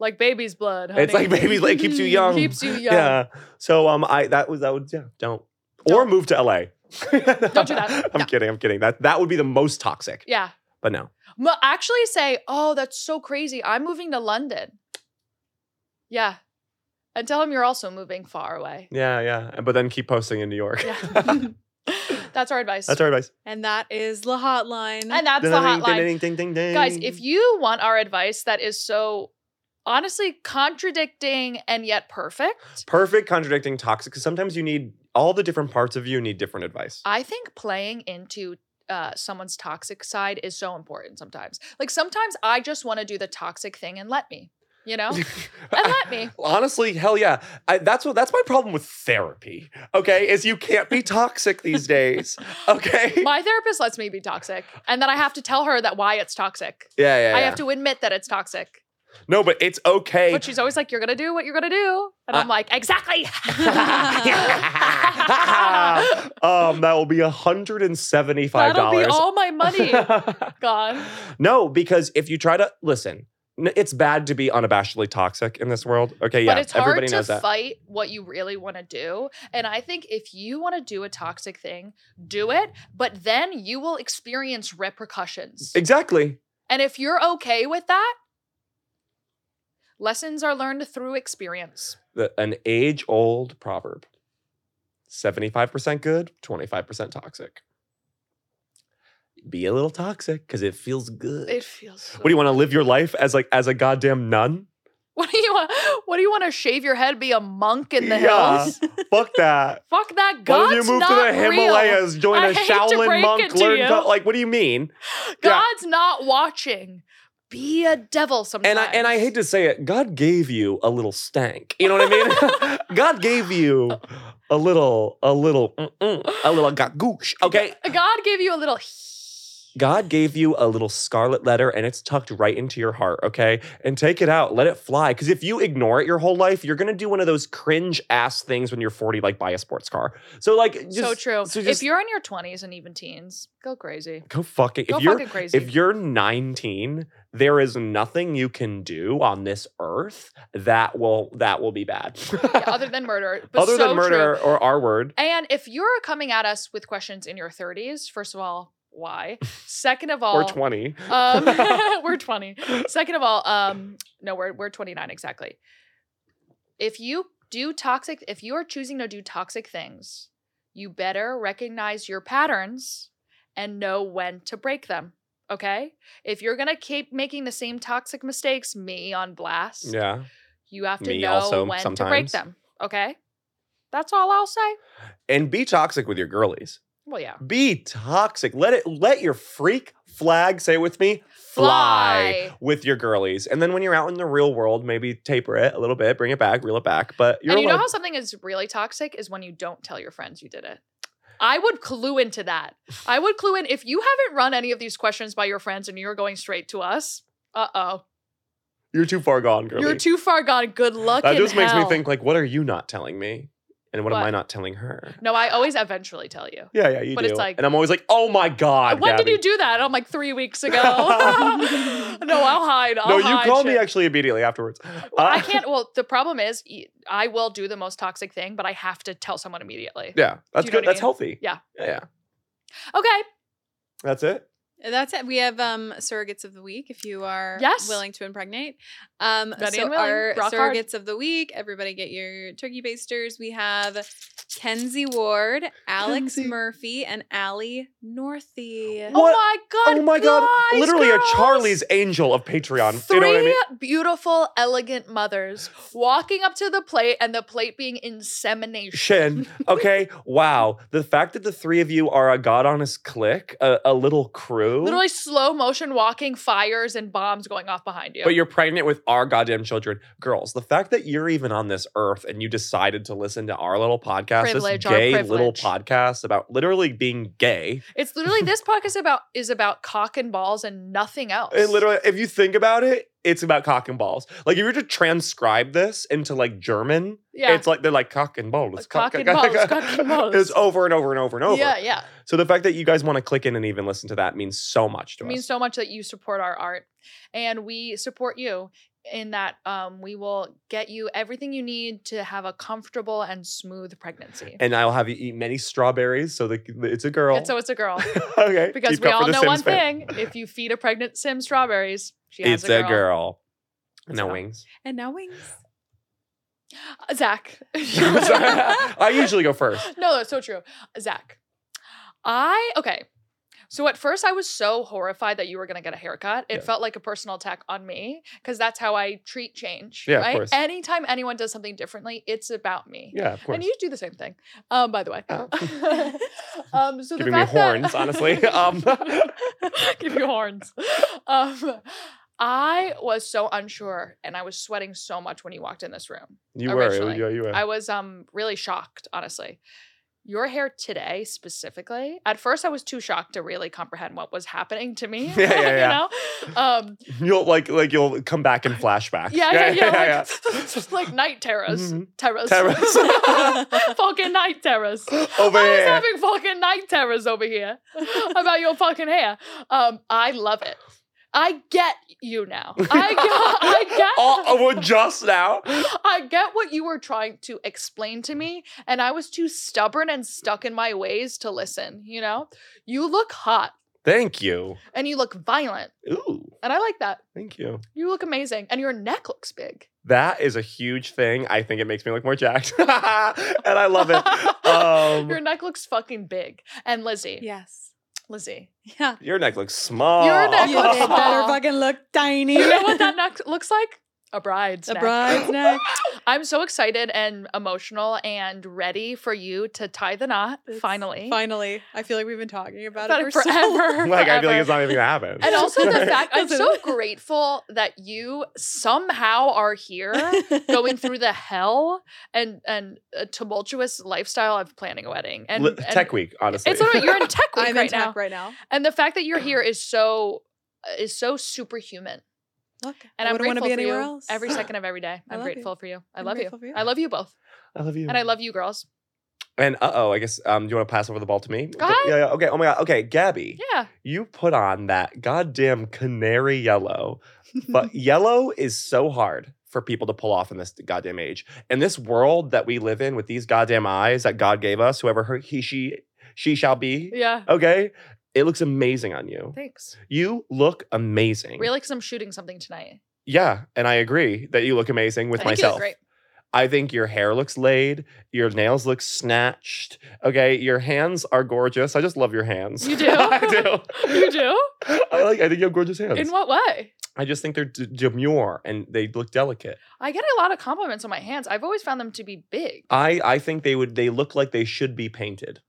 Like baby's blood.
It's like
honey.
baby like
<laughs>
keeps you young.
Oh, Keeps you young.
<laughs> Yeah. So um I that was that would yeah, don't. Or
Don't.
move to LA.
<laughs> Don't do that.
<laughs> I'm
No.
kidding. I'm kidding. That that would be the most toxic.
Yeah.
But no.
Mu- actually say, "Oh, that's so crazy. I'm moving to London." Yeah. And tell him you're also moving far away.
Yeah, yeah. But then keep posting in New York.
Yeah. <laughs> that's our advice.
<laughs> That's our advice.
And that is the hotline.
and that's the hotline.
Ding, ding, ding, ding.
Guys, if you want our advice that is so honestly contradicting and yet perfect,
perfect contradicting toxic, because sometimes you need all the different parts of you need different advice.
I think playing into uh, someone's toxic side is so important sometimes. Like sometimes I just want to do the toxic thing and let me, you know? <laughs> and let me.
<laughs> Honestly, hell yeah. I, that's what that's my problem with therapy. Okay, is you can't be toxic
<laughs>
these days. Okay.
My therapist lets me be toxic, and then I have to tell her that why it's toxic.
yeah, yeah, yeah.
I have to admit that it's toxic.
no, but it's okay.
But she's always like, "You're gonna do what you're gonna do," and I'm like,
<laughs>
"Exactly." <laughs>
um, that will be hundred and seventy-five
That'll be
dollars.
all my
<laughs>
money gone.
no, because if you try to listen, n- it's bad to be unabashedly toxic in this world. Okay, yeah,
but it's hard
everybody
to
knows that.
fight what you really want to do. And I think if you want to do a toxic thing, do it, but then you will experience repercussions.
Exactly.
and if you're okay with that, lessons are learned through experience.
The, an age-old proverb: seventy-five percent good, twenty-five percent toxic. Be a little toxic because it feels good.
It feels so
what do you want to live your life as like as a goddamn nun?
<laughs> What do you want? What do you want to shave your head? Be a monk in the
Yeah.
hills? <laughs>
Fuck that.
Fuck that.
Why
God's
don't you move
not
to the
real.
Himalayas, join
I
a
hate to
Shaolin
break
monk,
it to
learn
you.
to, like what do you
<gasps>
mean? Yeah.
God's not watching. Be a devil sometimes.
And I and I hate to say it, God gave you a little stank. You know what I mean? <laughs> God
<laughs>
gave you a little, a little, mm-mm, a little gagoosh. Okay.
God gave you a little.
God gave you a little scarlet letter and it's tucked right into your heart, okay? And take it out, let it fly. Cause if you ignore it your whole life, you're gonna do one of those cringe ass things when you're 40, like buy a sports car. So like just
so true.
so
if
just-
you're in your 20s and even teens, go crazy.
go fucking
Go
if you're
fucking crazy.
If you're 19, there is nothing you can do on this earth that will that will be bad.
<laughs> Yeah,
<laughs>
other than murder. But
Other
so True.
than murder or R word.
And if you're coming at us with questions in your 30s, first of all,
<laughs>
why? Second of all,
Or 20. <laughs>
Um, <laughs> we're 20. Second of all, um, no, we're we're 29 exactly. If you do toxic, if you are choosing to do toxic things, you better recognize your patterns and know when to break them. Okay? If you're gonna keep making the same toxic mistakes, me on blast,
Yeah.
you have to
Me
know
also
when to break
sometimes.
them. Okay? That's all I'll say.
And be toxic with your girlies.
Well, yeah.
Be toxic. Let it let your freak flag say it with me fly,
Fly.
with your girlies. And then when you're out in the real world, maybe taper it a little bit, bring it back, reel it back. But you're
and you know
allowed-
how something is really toxic is when you don't tell your friends you did it. I would clue into that. I would clue in if you haven't run any of these questions by your friends and you're going straight to us. Uh oh,
you're too far gone, girlie.
you're too far gone. Good luck.
that
in
just makes me
hell.
think like, what are you not telling me? And what, am
What?
I not telling her?
No, I always eventually tell you.
Yeah, yeah, you
But
do.
it's like-
and I'm always like, oh my god,
when
Gabby.
did you do that? I'm like three
<laughs>
weeks ago. <laughs> no, I'll hide. I'll
no,
hide
you call me
shit.
actually immediately afterwards.
Well, I
Uh,
can't. Well, the problem is, y- I will do the most toxic thing, but I have to tell someone immediately.
<laughs> Yeah, that's
you know
good.
what I
That's
mean?
healthy.
Yeah.
yeah, yeah.
Okay.
That's it.
Uh, That's it. We have um, surrogates of the week if you are
Yes.
willing to impregnate. Um,
Ready
so
and willing.
our
Rock hard.
surrogates of the week, everybody get your turkey basters. We have Kenzie Ward, Alex
Kenzie.
Murphy, and Allie Northey.
Oh
What?
my god.
oh my god,
guys,
literally
girls.
a Charlie's Angel of Patreon.
Three
You know what I mean?
beautiful, elegant mothers walking up to the plate and the plate being insemination. <laughs>
Shin. Okay. wow. The fact that the three of you are a god honest clique, a, a little crew,
Literally slow motion walking, fires and bombs going off behind you.
<laughs> but you're pregnant with our goddamn children, girls. The fact that you're even on this earth and you decided to listen to our little podcast,
Privilege,
this
our
gay little
privilege.
podcast about literally being gay.
it's literally this podcast about is about cock and balls and nothing else.
It literally, if you think about it, it's about cock and balls. Like if you were to transcribe this into like German,
Yeah.
it's like they're like cock and balls,
Cock and balls, cock and balls.
<laughs> It's over and over and over and over.
Yeah, yeah.
So the fact that you guys want to click in and even listen to that means so much to
It
us.
means so much that you support our art and we support you in that um, we will get you everything you need to have a comfortable and smooth pregnancy.
and I'll have you eat many strawberries. So the, it's a girl. <laughs>
And so it's a girl.
okay.
Because
keep
we
up for
all
the
know
Sims
one
fan.
thing if you feed a pregnant Sim strawberries, she has
It's a girl. No
So- <laughs>
wings. <laughs>
And now wings.
Uh, <laughs> Zach.
I usually go first.
No, that's so true. Zach. I okay. So at first I was so horrified that you were gonna get a haircut. It
Yeah.
felt like a personal attack on me because that's how I treat change.
Yeah, of
right.
course.
Anytime anyone does something differently, it's about me.
Yeah, of course.
And you do the same thing, um, by the way.
Oh.
<laughs>
<laughs>
um, so the
Giving me
fact that- <laughs>
horns, honestly. Um.
give you horns. Um, I was so unsure, and I was sweating so much when you walked in this room.
you were.
originally,
Yeah, you were.
I was um really shocked, honestly. Your hair today specifically. At first I was too shocked to really comprehend what was happening to me.
<laughs> Yeah, yeah, yeah.
<laughs> you know?
<laughs>
Um
<laughs> you'll like like you'll come back in flashback.
yeah, yeah, yeah. <laughs>
yeah,
like, just like night terrors.
Mhm.
Terrors.
Terrors.
<laughs> fucking night terrors.
yeah.
I
<laughs> Over
was
here.
having fucking night terrors over here about your fucking hair. Um, I love it. I get you now. I get,
<laughs>
I get <laughs>
Oh, oh, well, just now.
I get what you were trying to explain to me, and I was too stubborn and stuck in my ways to listen. You know, you look hot
Thank you.
and you look violent,
Ooh,
and I like that.
thank you.
You look amazing, and your neck looks big.
That is a huge thing. I think it makes me look more jacked, <laughs> and I
<laughs>
love it.
your
Um,
neck looks fucking big. And Lizzie,
Yes. <laughs>
Lizzie, <laughs>
Yeah.
your neck looks small.
Your neck
You
looks
did better <laughs>
small.
fucking look tiny.
you know what <laughs> that neck looks like? A bride's
A
neck.
bride's <laughs> neck.
I'm so excited and emotional and ready for you to tie the knot.
It's-
finally,
Finally. I feel like we've been talking about,
About
it
it
for so
forever.
long.
like I
forever.
feel like it's not even gonna happen.
<laughs>
And also
<laughs>
the fact I'm
Doesn't
so
it?
grateful that you somehow are
<laughs>
here going through the hell and and a tumultuous lifestyle of planning a wedding and,
Li-
and-
tech week, honestly.
It's all right.
<laughs>
<laughs>
You're in tech week
I'm in
right now,
tech right now.
and the fact
<clears throat>
that you're here is so is so superhuman.
Look,
And
I
am
wouldn't
grateful
wanna be
for
anywhere
you
else. <laughs>
every second of every day.
I
I'm
love you.
grateful for you. I
I'm
love you.
grateful for you.
I love you both,
I love you.
and I love you, girls.
<laughs> And uh oh, I guess um, do you want to pass over the ball to me?
Go ahead.
Yeah, yeah. Okay. Oh my god. Okay, Gabby,
Yeah,
you put on that goddamn canary yellow,
<laughs>
but yellow is so hard for people to pull off in this goddamn age. And this world that we live in with these goddamn eyes that God gave us, whoever her, he, she, she shall be.
yeah.
Okay. It looks amazing on you.
Thanks.
You look amazing.
Really, because I'm shooting something tonight. <laughs>
Yeah, and I agree that you look amazing with
I think you look
myself.
great.
I think your hair looks laid, your nails look snatched. Okay, your hands are gorgeous. I just love your hands.
You do?
<laughs> I
<laughs>
do.
You do?
<laughs> I like. I think you have gorgeous hands.
In what way?
I just think they're d- demure and they look delicate.
I get a lot of compliments on my hands. I've always found them to be big.
I I think they would. They look like they should be painted.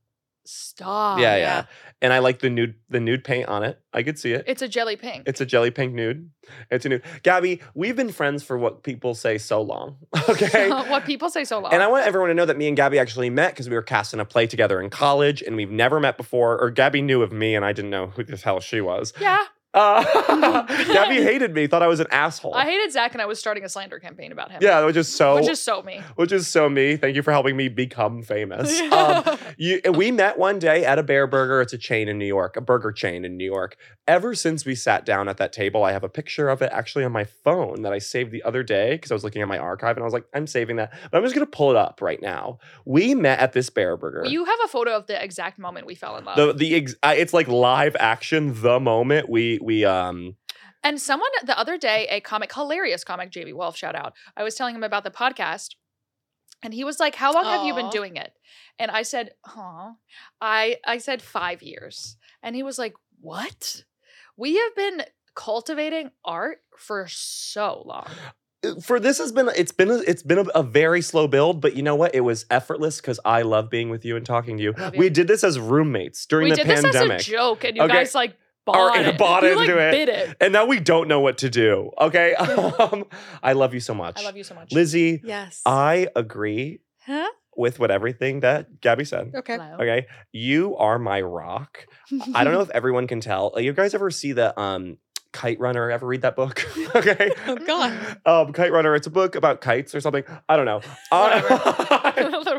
Stop.
yeah, yeah,
yeah.
And I like the nude the nude paint on it. I could see it.
It's a jelly pink.
It's <laughs> a jelly pink nude. It's a nude. Gabby, we've been friends for what people say so long. <laughs>
<laughs>
Okay.
what people say so long.
And I want everyone to know that me and Gabby actually met because we were cast in a play together in college and we've never met before. Or Gabby knew of me and I didn't know who the hell she was.
yeah, <laughs>
Uh, <laughs> Gabby hated me, thought I was an asshole.
I hated Zach, and I was starting a slander campaign about him.
yeah, which is so
which is so me.
so me. Thank you for helping me become famous. Um, you, and we met one day at a Bear Burger. It's a chain in New York, a burger chain in New York. Ever since we sat down at that table, I have a picture of it actually on my phone that I saved the other day because I was looking at my archive and I was like, I'm saving that. But I'm just going to pull it up right now. We met at this Bear Burger.
you have a photo of the exact moment we fell in love,
the the ex- I, it's like live action the moment we we um
and someone the other day, a comic, hilarious comic, JB Wolf, shout out. I was telling him about the podcast, and he was like, "How long have you been
Aw.
doing it?" And I said, "Oh, I I said five years," and he was like, "What? We have been." cultivating art for so long
for this has been it's been a, it's been a, a very slow build but you know what it was effortless because i love being with you and talking to you
Love you.
we did this as roommates during
we
the
did
pandemic
this as a joke, and you
Okay.
guys like bought
Or-
it.
bought
you,
into
like,
it.
Bit it.
and now we don't know what to do
<laughs>
okay um, <laughs> i love you so much
I love you so much.
lizzie
yes.
i agree
huh?
with what everything that gabby said
Okay.
Hello.
okay
<laughs>
Uh, you are my rock I don't know if everyone can tell. You guys ever see the um Kite Runner. Ever read that book?
<laughs>
<laughs> okay.
Oh God.
Um, Kite Runner. It's a book about kites or something. I don't know. Uh,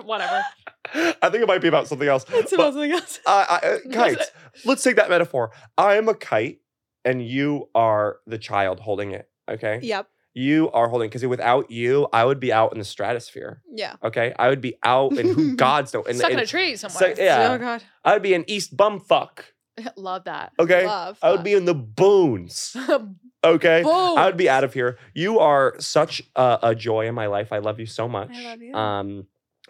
Whatever.
<laughs>
<laughs>
I think it might be about something else.
It's
But,
about something else.
<laughs>
uh, I- uh, kites. Let's take that metaphor. I'm a kite, and you are the child holding it. Okay.
Yep.
You are holding because without you, I would be out in the stratosphere.
Yeah.
Okay, I would be out and
<laughs>
who gods know. And,
Stuck in a
and-
tree
so-
somewhere.
Oh
yeah,
God.
I would be in East Bumfuck.
Love that.
Okay,
Love.
I would be in
<laughs>
the boons. Okay, I would be out of here. You are such a, a joy in my life. I love you so much.
love you.
Um,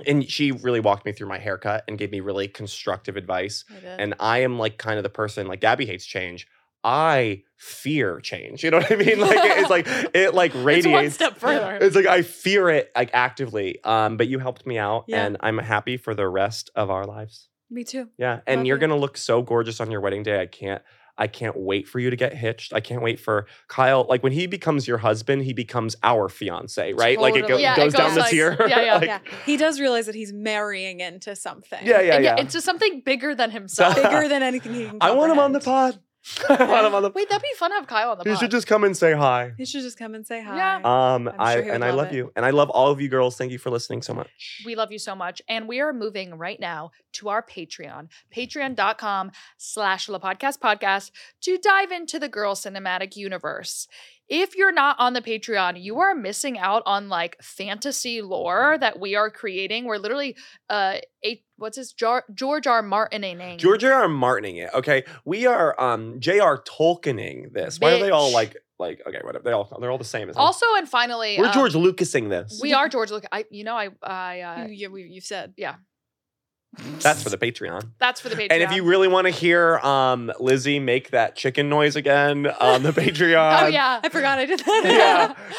and she really walked me through my haircut and gave me really constructive advice. And I am like kind of the person like Gabby hates change. I fear change. You know what I mean? Like it- it's like it like
It's one
radiates.
step further.
It's like I fear it like actively. Um, but you helped me out,
Yeah.
and I'm happy for the rest of our lives.
Me too.
Yeah, and
Love
you're
it.
gonna look so gorgeous on your wedding day. I can't. I can't wait for you to get hitched. I can't wait for Kyle. Like when he becomes your husband, he becomes our fiance, right? Like it, go-
Totally. Yeah, it
goes down
goes
the
like-
tier. <laughs>
yeah, yeah,
<laughs> Like,
yeah. He does realize that he's marrying into something.
yeah, yeah,
And
yeah.
yet It's just something bigger than himself.
<laughs>
Bigger than anything he can.
I want him on the
comprehend.
pod. <laughs>
<laughs>
I want
<laughs>
him on the.
Wait, that'd be fun to have Kyle on the
He
pod.
should just come and say hi.
He should just come and say hi.
Yeah.
Um,
I'm
I
sure he would
and I
love
love
it.
you, and I love all of you girls. Thank you for listening so much.
We love you so much. And we are moving right now to our Patreon, patreon.com slash La Podcast Podcast to dive into the girl cinematic universe. If you're not on the Patreon, you are missing out on like fantasy lore that we are creating. We're literally uh eight what's his Jar- George R. Martining.
George R. R. Martining it. Okay, we are um J.R. Tolkiening this. Why are they all
Bitch.
like like okay whatever? They all they're all the same. isn't it?
Also and finally
we're
um,
George Hmm. Lucasing this.
We are George Look, I you know I I uh,
Um,
You, you, we- you've said.
That's for the Patreon.
that's for the Patreon.
And if you really want to hear um Lizzie make that chicken noise again
<laughs>
on the Patreon,
Oh yeah.
I forgot I did that.
<laughs>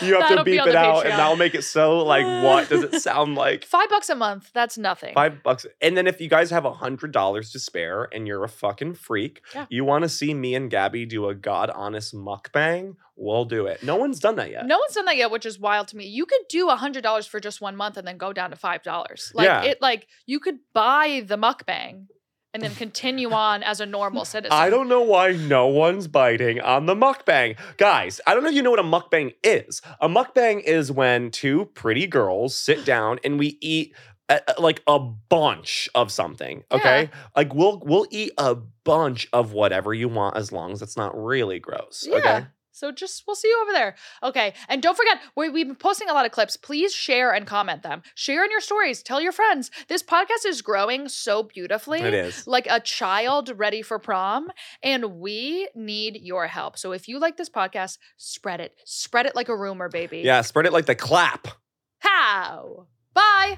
yeah, you have
That'll
to
be
beep
on
it
the
out, and
Patreon.
that'll make it so like what
<laughs>
does it sound like?
Five bucks a month, that's nothing.
Five bucks. And then if you guys have a hundred dollars to spare and you're a fucking freak,
Yeah.
you want to see me and Gabby do a god honest mukbang, we'll do it. No one's done that yet.
No one's done that yet, which is wild to me. You could do a hundred dollars for just one month and then go down to five dollars. Like
Yeah.
it, like you could buy the mukbang and then
<laughs>
continue on as a normal citizen.
I don't know why no one's biting on the mukbang. Guys, I don't know if you know what a mukbang is. A mukbang is when two pretty girls sit down and we eat uh, uh, like a bunch of something, okay? Like we'll we'll eat a bunch of whatever you want as long as it's not really gross,
Yeah.
okay?
So just we'll see you over there. Okay. And don't forget, we, we've been posting a lot of clips. Please share and comment them. Share in your stories. Tell your friends. This podcast is growing so beautifully.
It is.
like a child ready for prom, and we need your help. So if you like this podcast, spread it. Spread it like a rumor, baby.
Yeah, spread it like the clap.
How? Bye.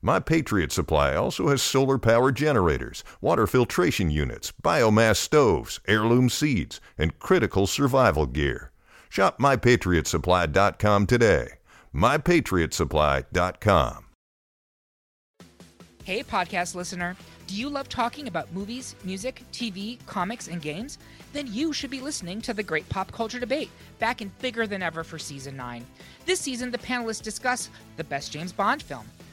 My Patriot Supply also has solar power generators, water filtration units, biomass stoves, heirloom seeds, and critical survival gear. Shop mypatriotsupply.com today. mypatriotsupply.com.
Hey, podcast listener. Do you love talking about movies, music, TV, comics, and games? Then you should be listening to The Great Pop Culture Debate, back and bigger than ever for season 9. This season, the panelists discuss the best James Bond film,